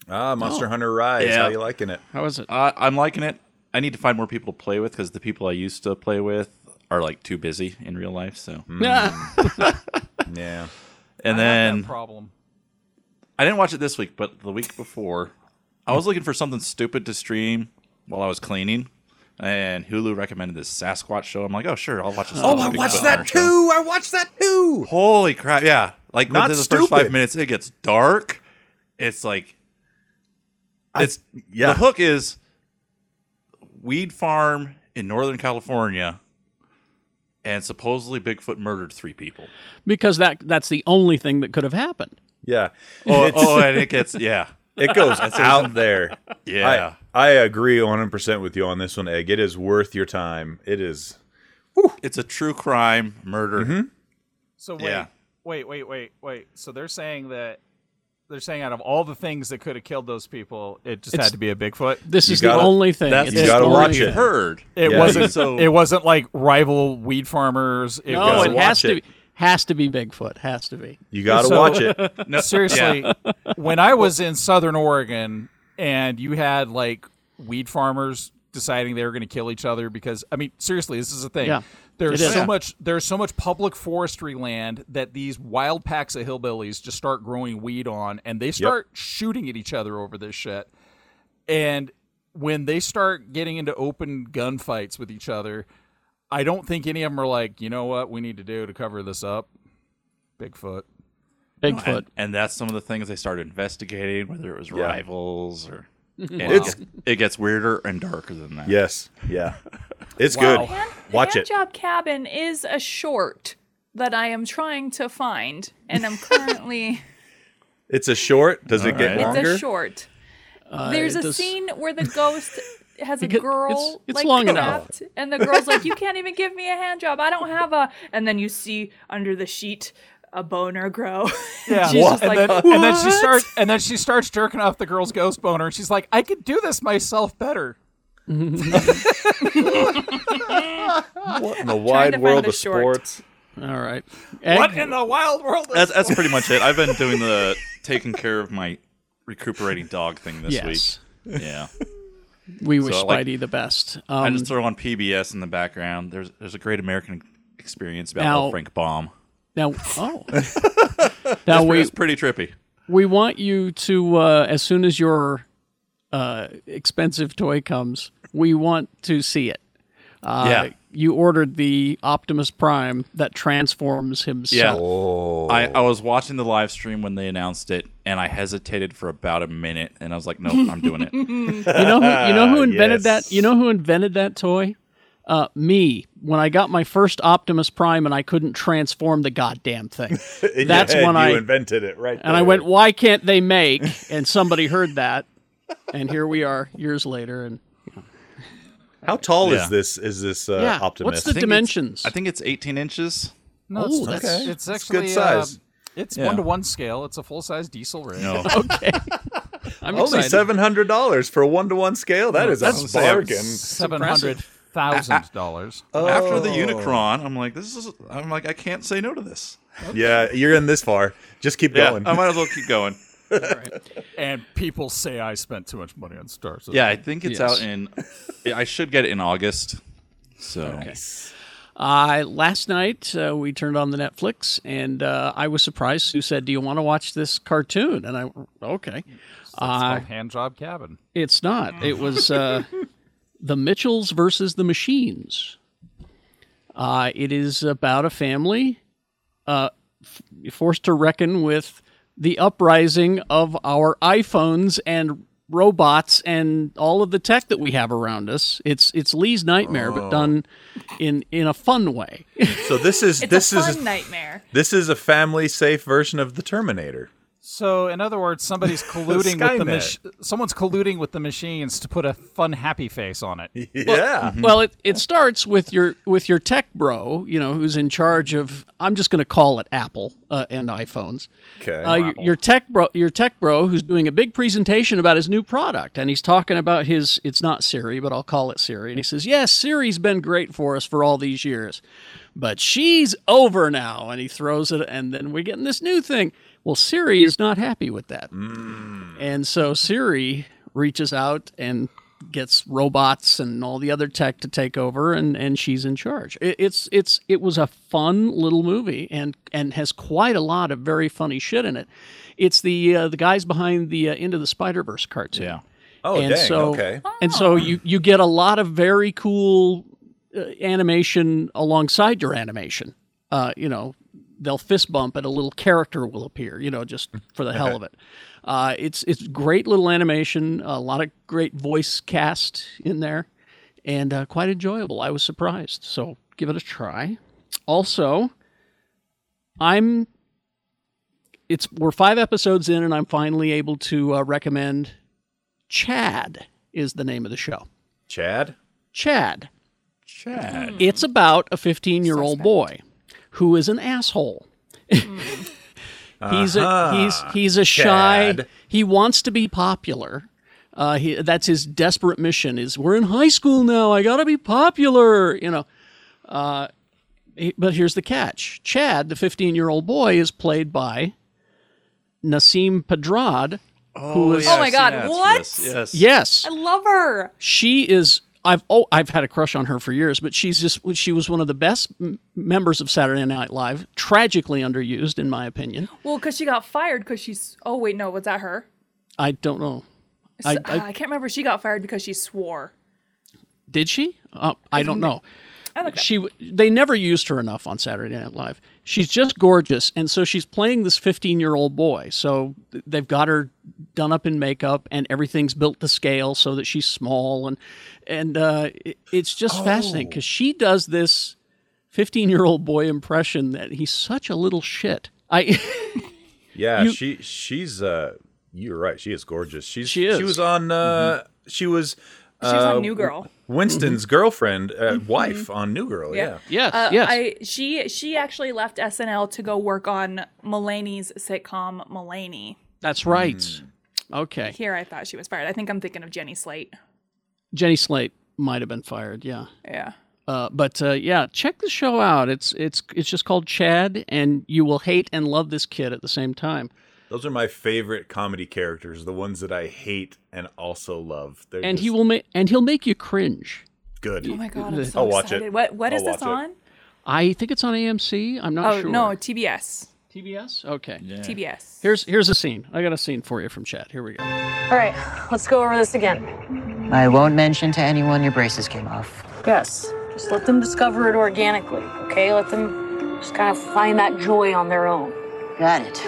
F: Ah, Monster Hunter Rise.
G: Oh. Yeah.
F: How you liking it?
B: How is it?
G: I, I'm liking it. I need to find more people to play with because the people I used to play with are like too busy in real life. So,
F: Um, Yeah.
G: and
E: That
G: then
E: problem.
G: I didn't watch it this week, but the week before, I was looking for something stupid to stream while I was cleaning, and Hulu recommended this Sasquatch show. I'm like, oh sure, I'll watch this. Oh, I watched that too.
F: I watched that too.
G: Holy crap! Yeah, like
F: Not
G: within the first five
F: stupid.
G: minutes, it gets dark. It's like it's
F: yeah.
G: The hook is weed farm in Northern California, and supposedly Bigfoot murdered three people.
B: Because that that's the only thing that could have happened.
F: Yeah.
G: Oh,
F: It's-
G: oh and it gets yeah,
F: it goes out there.
G: yeah.
F: I, I agree 100% with you on this one, Egg. It is worth your time. It is.
G: it's a true crime murder.
E: So wait,
G: Yeah.
E: wait, wait, wait, wait. So they're saying that they're saying out of all the things that could have killed those people, it just
B: It's-
E: had to be a Bigfoot.
B: This
F: You
B: is
F: gotta-
B: the only thing.
G: That's
B: It's
F: you
B: the
F: gotta
B: only
F: watch
B: thing.
F: it.
G: Heard.
E: It
F: Yeah.
E: wasn't.
G: So-
E: it wasn't like rival weed farmers. It
B: No,
E: was
B: it
F: gotta
B: has
F: watch
B: to
F: it.
B: be. Has to be Bigfoot. Has to be.
F: You got to
E: So-
F: watch it.
G: No,
E: Seriously, when I was in Southern Oregon and you had like weed farmers deciding they were going to kill each other because I mean, seriously, this is a thing.
B: Yeah.
E: There's
B: It is.
E: so
B: Yeah.
E: much there's so much public forestry land that these wild packs of hillbillies just start growing weed on and they start shooting at each other over this shit. And when they start getting into open gunfights with each other, I don't think any of them are like, you know what we need to do to cover this up? Bigfoot.
B: Bigfoot.
G: And, and that's some of the things they started investigating, whether it was
F: Yeah.
G: rivals or. and
E: Wow.
G: It's it gets weirder and darker than that.
F: Yes. Yeah. It's
G: Wow.
F: good.
D: Hand,
F: Watch
D: hand
F: it.
D: Job Cabin is a short that I am trying to find, and I'm currently.
F: It's a short. Does it
G: All
F: get
G: right.
D: it's
F: longer?
D: a short. There's a
B: does-
D: scene where the ghost has a
B: It get-
D: girl
B: it's- it's
D: like
B: long enough.
D: trapped, and the girl's like, "You can't even give me a hand job. I don't have a." And then you see under the sheet a boner grow.
E: Yeah.
D: She's just
E: and,
D: like,
E: then, and then she
D: "What?"
E: starts and then she starts jerking off the girl's ghost boner and she's like, I could do this myself better.
F: What in the
D: to
F: wide
D: find
F: world
D: a
F: of
D: short.
F: sports?
B: All right.
E: What
B: Egg-
E: in the wild world is
G: That's that's pretty much it. I've been doing the taking care of my recuperating dog thing this
B: yes.
G: week. Yeah.
B: We wish
G: So, like-
B: Spidey the best.
G: I
B: Um,
G: just throw on PBS in the background. There's there's a great American experience about
B: Now-
G: L. Frank Baum.
B: now, oh. now, we,
G: It's pretty trippy.
B: we want you to, uh, as soon as your uh, expensive toy comes, we want to see it. Uh,
G: yeah.
B: You ordered the Optimus Prime that transforms himself.
G: Yeah. I, I was watching the live stream when they announced it and I hesitated for about a minute and I was like, nope, I'm doing it.
B: You know who you know who invented
F: Yes.
B: that? You know who invented that toy? Uh, me. When I got my first Optimus Prime and I couldn't transform the goddamn thing.
F: In
B: That's
F: your head,
B: when
F: you
B: I
F: invented it, right?
B: and I
F: there.
B: went, "Why can't they make?" And somebody heard that. And here we are years later and
F: How tall
G: Yeah.
F: is this? Is this uh,
B: Yeah. What's
F: optimist?
B: the
G: it's-
B: dimensions?
G: I think it's 18 inches.
E: No,
B: Oh,
E: it's,
B: that's-
E: it's,
B: okay.
E: it's
F: It's good
E: actually
F: size.
E: Uh, it's
G: Yeah.
E: one to one scale. It's a full size diesel rig.
G: No.
B: I'm
F: Only
B: excited.
F: seven hundred dollars for a one to one scale. That is
G: That's-
F: a bargain.
E: Seven hundred thousand dollars.
G: After the Unicron, I'm like, this is. I'm like, I can't say no to this.
F: Yeah, you're in this far. Just keep
G: Yeah,
F: going.
G: I might as well keep going.
E: And people say I spent too much money on Star System.
G: Yeah, I think it's
B: Yes.
G: out in. I should get it in August. So
B: Uh, last night uh, we turned on the Netflix, and uh, I was surprised. Sue said, "Do you want to watch this cartoon?" And I, okay,
E: It's called Hand Job Cabin.
B: it's not. It was uh, the Mitchells versus the Machines. Uh, it is about a family uh, f- forced to reckon with the uprising of our iPhones and robots and all of the tech that we have around us. It's it's Lee's nightmare, but done in in a fun way.
F: so this is
D: It's
F: this
D: a fun
F: is
D: nightmare.
F: this is a family safe version of the Terminator.
E: So, in other words, somebody's colluding with the
F: Skynet.
E: mach- someone's colluding with the machines to put a fun happy face on it.
F: Yeah.
B: Well, it, it starts with your with your tech bro, you know, who's in charge of. I'm just going to call it Apple uh, and iPhones.
F: Okay.
B: Uh, your, your tech bro, your tech bro, who's doing a big presentation about his new product, and he's talking about his. It's not Siri, but I'll call it Siri. And he says, "Yes, Siri's been great for us for all these years, but she's over now." And he throws it, and then we're getting this new thing. Well, Siri is not happy with that, and so Siri reaches out and gets robots and all the other tech to take over and, and she's in charge. It, it's it's it was a fun little movie and and has quite a lot of very funny shit in it. It's the uh, the guys behind the uh, End of the Spider Verse cartoon. Yeah.
F: oh
B: and
F: dang.
B: so
F: okay. Oh.
B: and so you you get a lot of very cool uh, animation alongside your animation. Uh, you know, they'll fist bump and a little character will appear. You know, just for the hell of it. Uh, it's it's great little animation. A lot of great voice cast in there, and uh, quite enjoyable. I was surprised, so give it a try. Also, I'm it's we're five episodes in, and I'm finally able to uh, recommend Chad is the name of the show.
F: Chad.
B: Chad.
G: Chad,
B: It's about a 15 year old boy who is an asshole. he's a he's he's a shy.
F: Chad.
B: He wants to be popular. Uh, he, that's his desperate mission. Is we're in high school now. I gotta be popular. You know. Uh, he- but here's the catch: Chad, the 15 year old boy, is played by Nassim
G: Oh,
B: Pedrad, who is
D: Oh my Oh God, what?
G: Yes.
B: yes,
D: I love her.
B: she is I've oh, I've had a crush on her for years, but she's just she was one of the best m- members of Saturday Night Live. Tragically underused, in my opinion.
D: Well, because she got fired because she's. Oh wait, no, was that her?
B: I don't know. I,
D: S- uh, I,
B: I
D: can't remember. if She got fired because she swore.
B: did she? Uh, I don't know.
D: I looked up.
B: She w- they never used her enough on Saturday Night Live. She's just gorgeous, and so she's playing this 15 year old boy. So th- they've got her done up in makeup, and everything's built to scale so that she's small, and and uh, it- it's just fascinating because she does this 15 year old boy impression that he's such a little shit. I
F: Yeah,
B: You-
F: she she's uh you're right. She is gorgeous. She's
B: She is. Mm-hmm.
F: she was on uh she was
D: She was on
F: uh,
D: New Girl.
F: Winston's girlfriend, uh,
B: Mm-hmm.
F: wife on New Girl. Yeah.
B: yes
D: Uh, I she she actually left SNL to go work on Mulaney's sitcom Mulaney.
B: that's right. Okay,
D: Here I thought she was fired. I think I'm thinking of Jenny Slate.
B: Jenny Slate might have been fired. Yeah.
D: Yeah.
B: Uh, but uh, yeah, check the show out. It's it's it's just called Chad, and you will hate and love this kid at the same time.
F: Those are my favorite comedy characters, the ones that I hate and also love. They're
B: And he
F: just
B: will make and he'll make you cringe.
F: good.
D: Oh my god, I'm so
F: I'll watch
D: excited.
F: it.
D: What what is
F: I'll
D: this
F: watch
D: on?
F: it.
B: I think it's on AMC. I'm not
D: oh
B: sure.
D: no, TBS.
B: TBS. Okay.
D: TBS.
B: Here's here's a scene. I got a scene for you from Chad. Here we go.
I: All right, let's go over this again.
J: I won't mention to anyone your braces came off.
I: Yes, just let them discover it organically, okay? Let them just kind of find that joy on their own. Got it.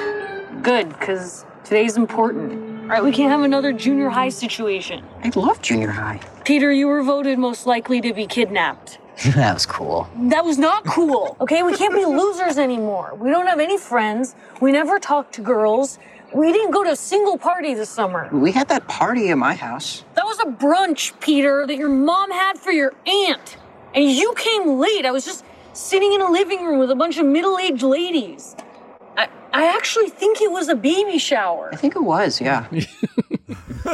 I: Good, because today's important. All right, we can't have another junior high situation.
J: I love junior high.
I: Peter, you were voted most likely to be kidnapped.
J: that was cool.
I: That was not cool, okay? We can't be losers anymore. We don't have any friends. We never talk to girls. We didn't go to a single party this summer.
J: We had that party at my house.
I: That was a brunch, Peter, that your mom had for your aunt. And you came late. I was just sitting in a living room with a bunch of middle aged ladies. I, I actually think it was a baby shower.
J: I think it was, yeah.
D: the,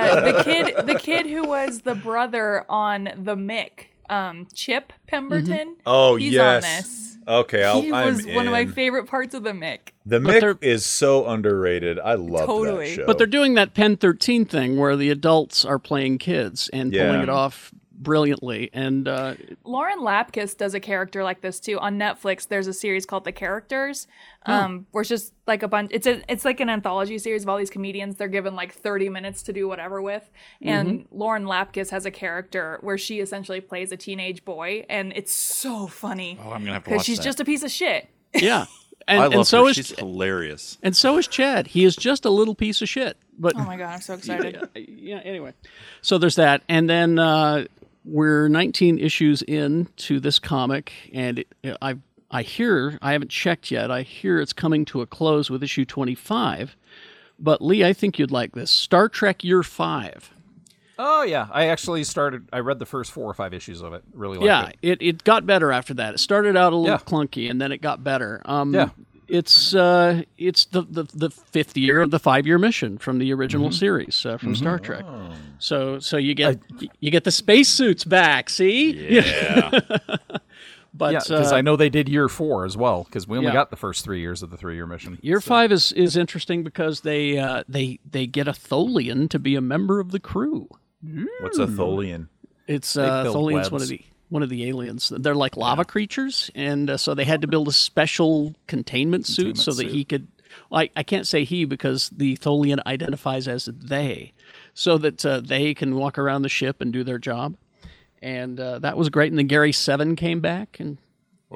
D: uh, the kid the kid who was the brother on the Mick, um, Chip Pemberton.
F: Oh
D: He's
F: yes.
D: on this.
F: Okay, I'll,
D: he
F: I'm
D: was one of my
F: in.
D: favorite parts of the Mick.
F: The
B: But they're-
F: Mick is so underrated. I love
D: Totally.
F: that show.
B: But they're doing that Pen 13 thing where the adults are playing kids and pulling
F: Yeah.
B: it off brilliantly. And uh,
D: Lauren Lapkus does a character like this too on Netflix. There's a series called The Characters,
F: Hmm.
D: um, where it's just like a bunch. It's a it's like an anthology series of all these comedians. They're given like 30 minutes to do whatever with,
F: Mm-hmm.
D: and Lauren Lapkus has a character where she essentially plays a teenage boy, and it's so funny
G: Oh, I'm gonna have to
D: because
G: watch
D: she's
G: that.
D: just a piece of shit.
B: yeah, and,
G: I love
B: and so
G: her.
B: is
G: She's hilarious.
B: and so is Chad. He is just a little piece of shit. But
D: Oh my god, I'm so excited.
B: yeah, anyway. So there's that. And then uh, we're 19 issues in to this comic, and it, I I hear I haven't checked yet. I hear it's coming to a close with issue 25. But Lee, I think you'd like this Star Trek Year Five.
E: Oh yeah, I actually started. I read the first four or five issues of it. Really liked
B: yeah,
E: it.
B: it. it got better after that. It started out a little
E: Yeah.
B: clunky, and then it got better. Um,
E: Yeah.
B: It's uh, it's the, the the fifth year of the five year mission from the original
E: Mm-hmm.
B: series uh, from Star Trek.
E: Oh.
B: So so you get you get the spacesuits back. See,
G: Yeah.
B: but
E: yeah, because
B: uh,
E: I know they did year four as well. Because we only
B: yeah.
E: got the first three years of the three-year mission.
B: year five is is interesting because they uh, they they get a Tholian to be a member of the crew.
F: What's a Tholian?
B: It's uh,
E: build
B: Tholian's one of
E: webs.
B: the one of the aliens. They're like lava creatures, and uh, so they had to build a special containment suit so that he could. Well, I, I can't say he because the Tholian identifies as they, so that uh, they can walk around the ship and do their job. And uh, that was great. And then Gary Seven came back, and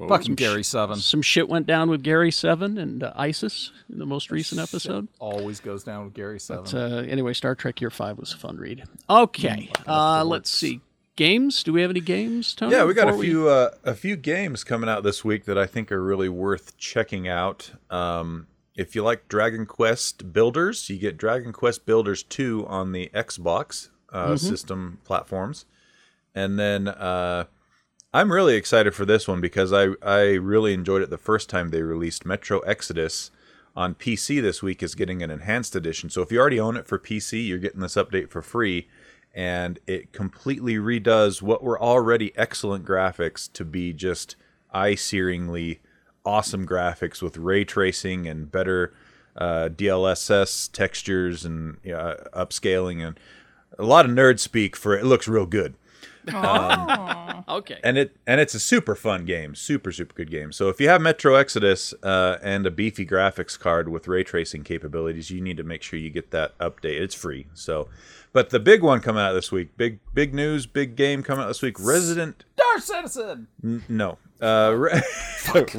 E: Fucking Gary Seven
B: some shit went down with Gary Seven and uh, ISIS in the most recent episode.
E: always goes down with Gary Seven.
B: But, uh, anyway, Star Trek Year Five was a fun read. Okay, uh, let's see. Games? Do we have any games, Tony?
F: Yeah, we got
B: Mm.
F: a
B: before
F: few uh, a few games coming out this week that I think are really worth checking out. Um, if you like Dragon Quest Builders, you get Dragon Quest Builders two on the Xbox
B: Mm-hmm.
F: uh, system platforms, and then uh, I'm really excited for this one because I I really enjoyed it the first time they released Metro Exodus on PC this week is getting an enhanced edition. So if you already own it for PC, you're getting this update for free and it completely redoes what were already excellent graphics to be just eye-searingly awesome graphics with ray tracing and better uh, DLSS textures and uh, upscaling and a lot of nerd speak for it looks real good. Um,
B: okay.
F: And it and it's a super fun game, super super good game. So if you have Metro Exodus uh, and a beefy graphics card with ray tracing capabilities, you need to make sure you get that update. It's free. So, but the big one coming out this week, big big news, big game coming out this week. Resident
E: Star Citizen.
F: N- no. Uh, Re-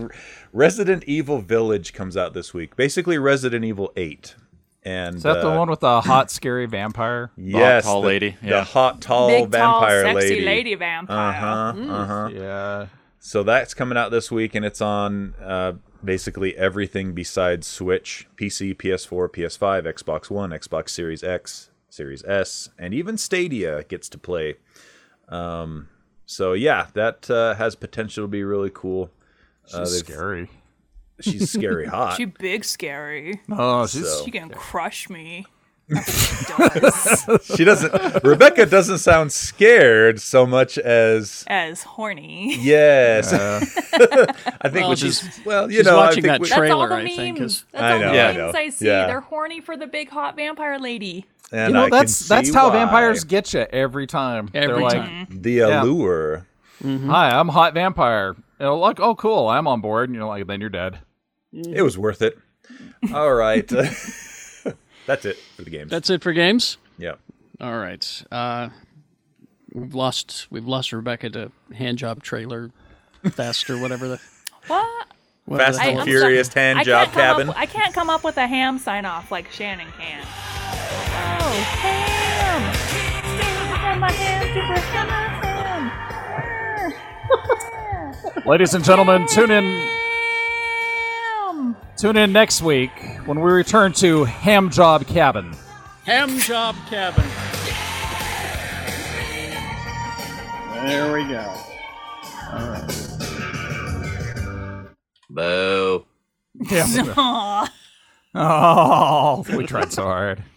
F: Resident Evil Village comes out this week. Basically, Resident Evil Eight. And
E: Is that the
F: uh,
E: one with the hot, scary vampire? The hot,
F: Yes, the- the hot, tall
D: Oh, Big, tall,
F: vampire
D: sexy
F: lady,
D: lady vampire.
F: Uh huh.
D: Mm.
F: Uh huh.
E: Yeah.
F: So that's coming out this week, and it's on uh, basically everything besides Switch, PC, PS4, PS5, Xbox One, Xbox Series X, Series S, and even Stadia gets to play. Um, so yeah, that uh, has potential to be really cool. Uh,
E: She's
F: they've-
E: scary.
F: She's scary hot.
D: She big scary.
F: Oh, she's-
D: she can crush me.
F: she doesn't. Rebecca doesn't sound scared so much as
D: As horny.
F: Yes. I think
D: Well,
F: which
D: she's-
F: is well, you
B: she's
F: know,
B: watching
F: I
B: that
F: think we-
D: That's all the memes. That's
F: I
D: all
F: know,
D: the
F: I
D: memes
F: know.
D: I, see.
F: Yeah.
D: They're horny for the big hot vampire lady.
F: And
E: you know
F: I can
E: that's that's
F: see
E: how
F: why.
E: vampires get you every time. They're
F: Every
E: like,
F: time. The allure.
E: Hi, I'm hot vampire. And I'm like, oh cool, I'm on board. And you're like, then you're dead.
F: It was worth it. All right, that's it for the games.
B: That's it for games.
F: Yeah.
B: All right. Uh, we've lost we've lost Rebecca to hand job trailer fest or whatever the
D: What?
B: whatever the
D: I-
B: hell
D: I'm
B: it is.
F: Furious
D: sorry.
F: hand
D: I
F: job
D: can't come
F: cabin.
D: Up, I can't come up with a ham sign off like Shannon can. Oh, ham! From my ham to the ham.
E: Ladies and gentlemen, tune in
D: Ham.
E: tune in next week when we return to Ham Job Cabin.
B: Ham job cabin. There we go. All right.
H: Boo.
E: Damn. Oh, we tried so hard.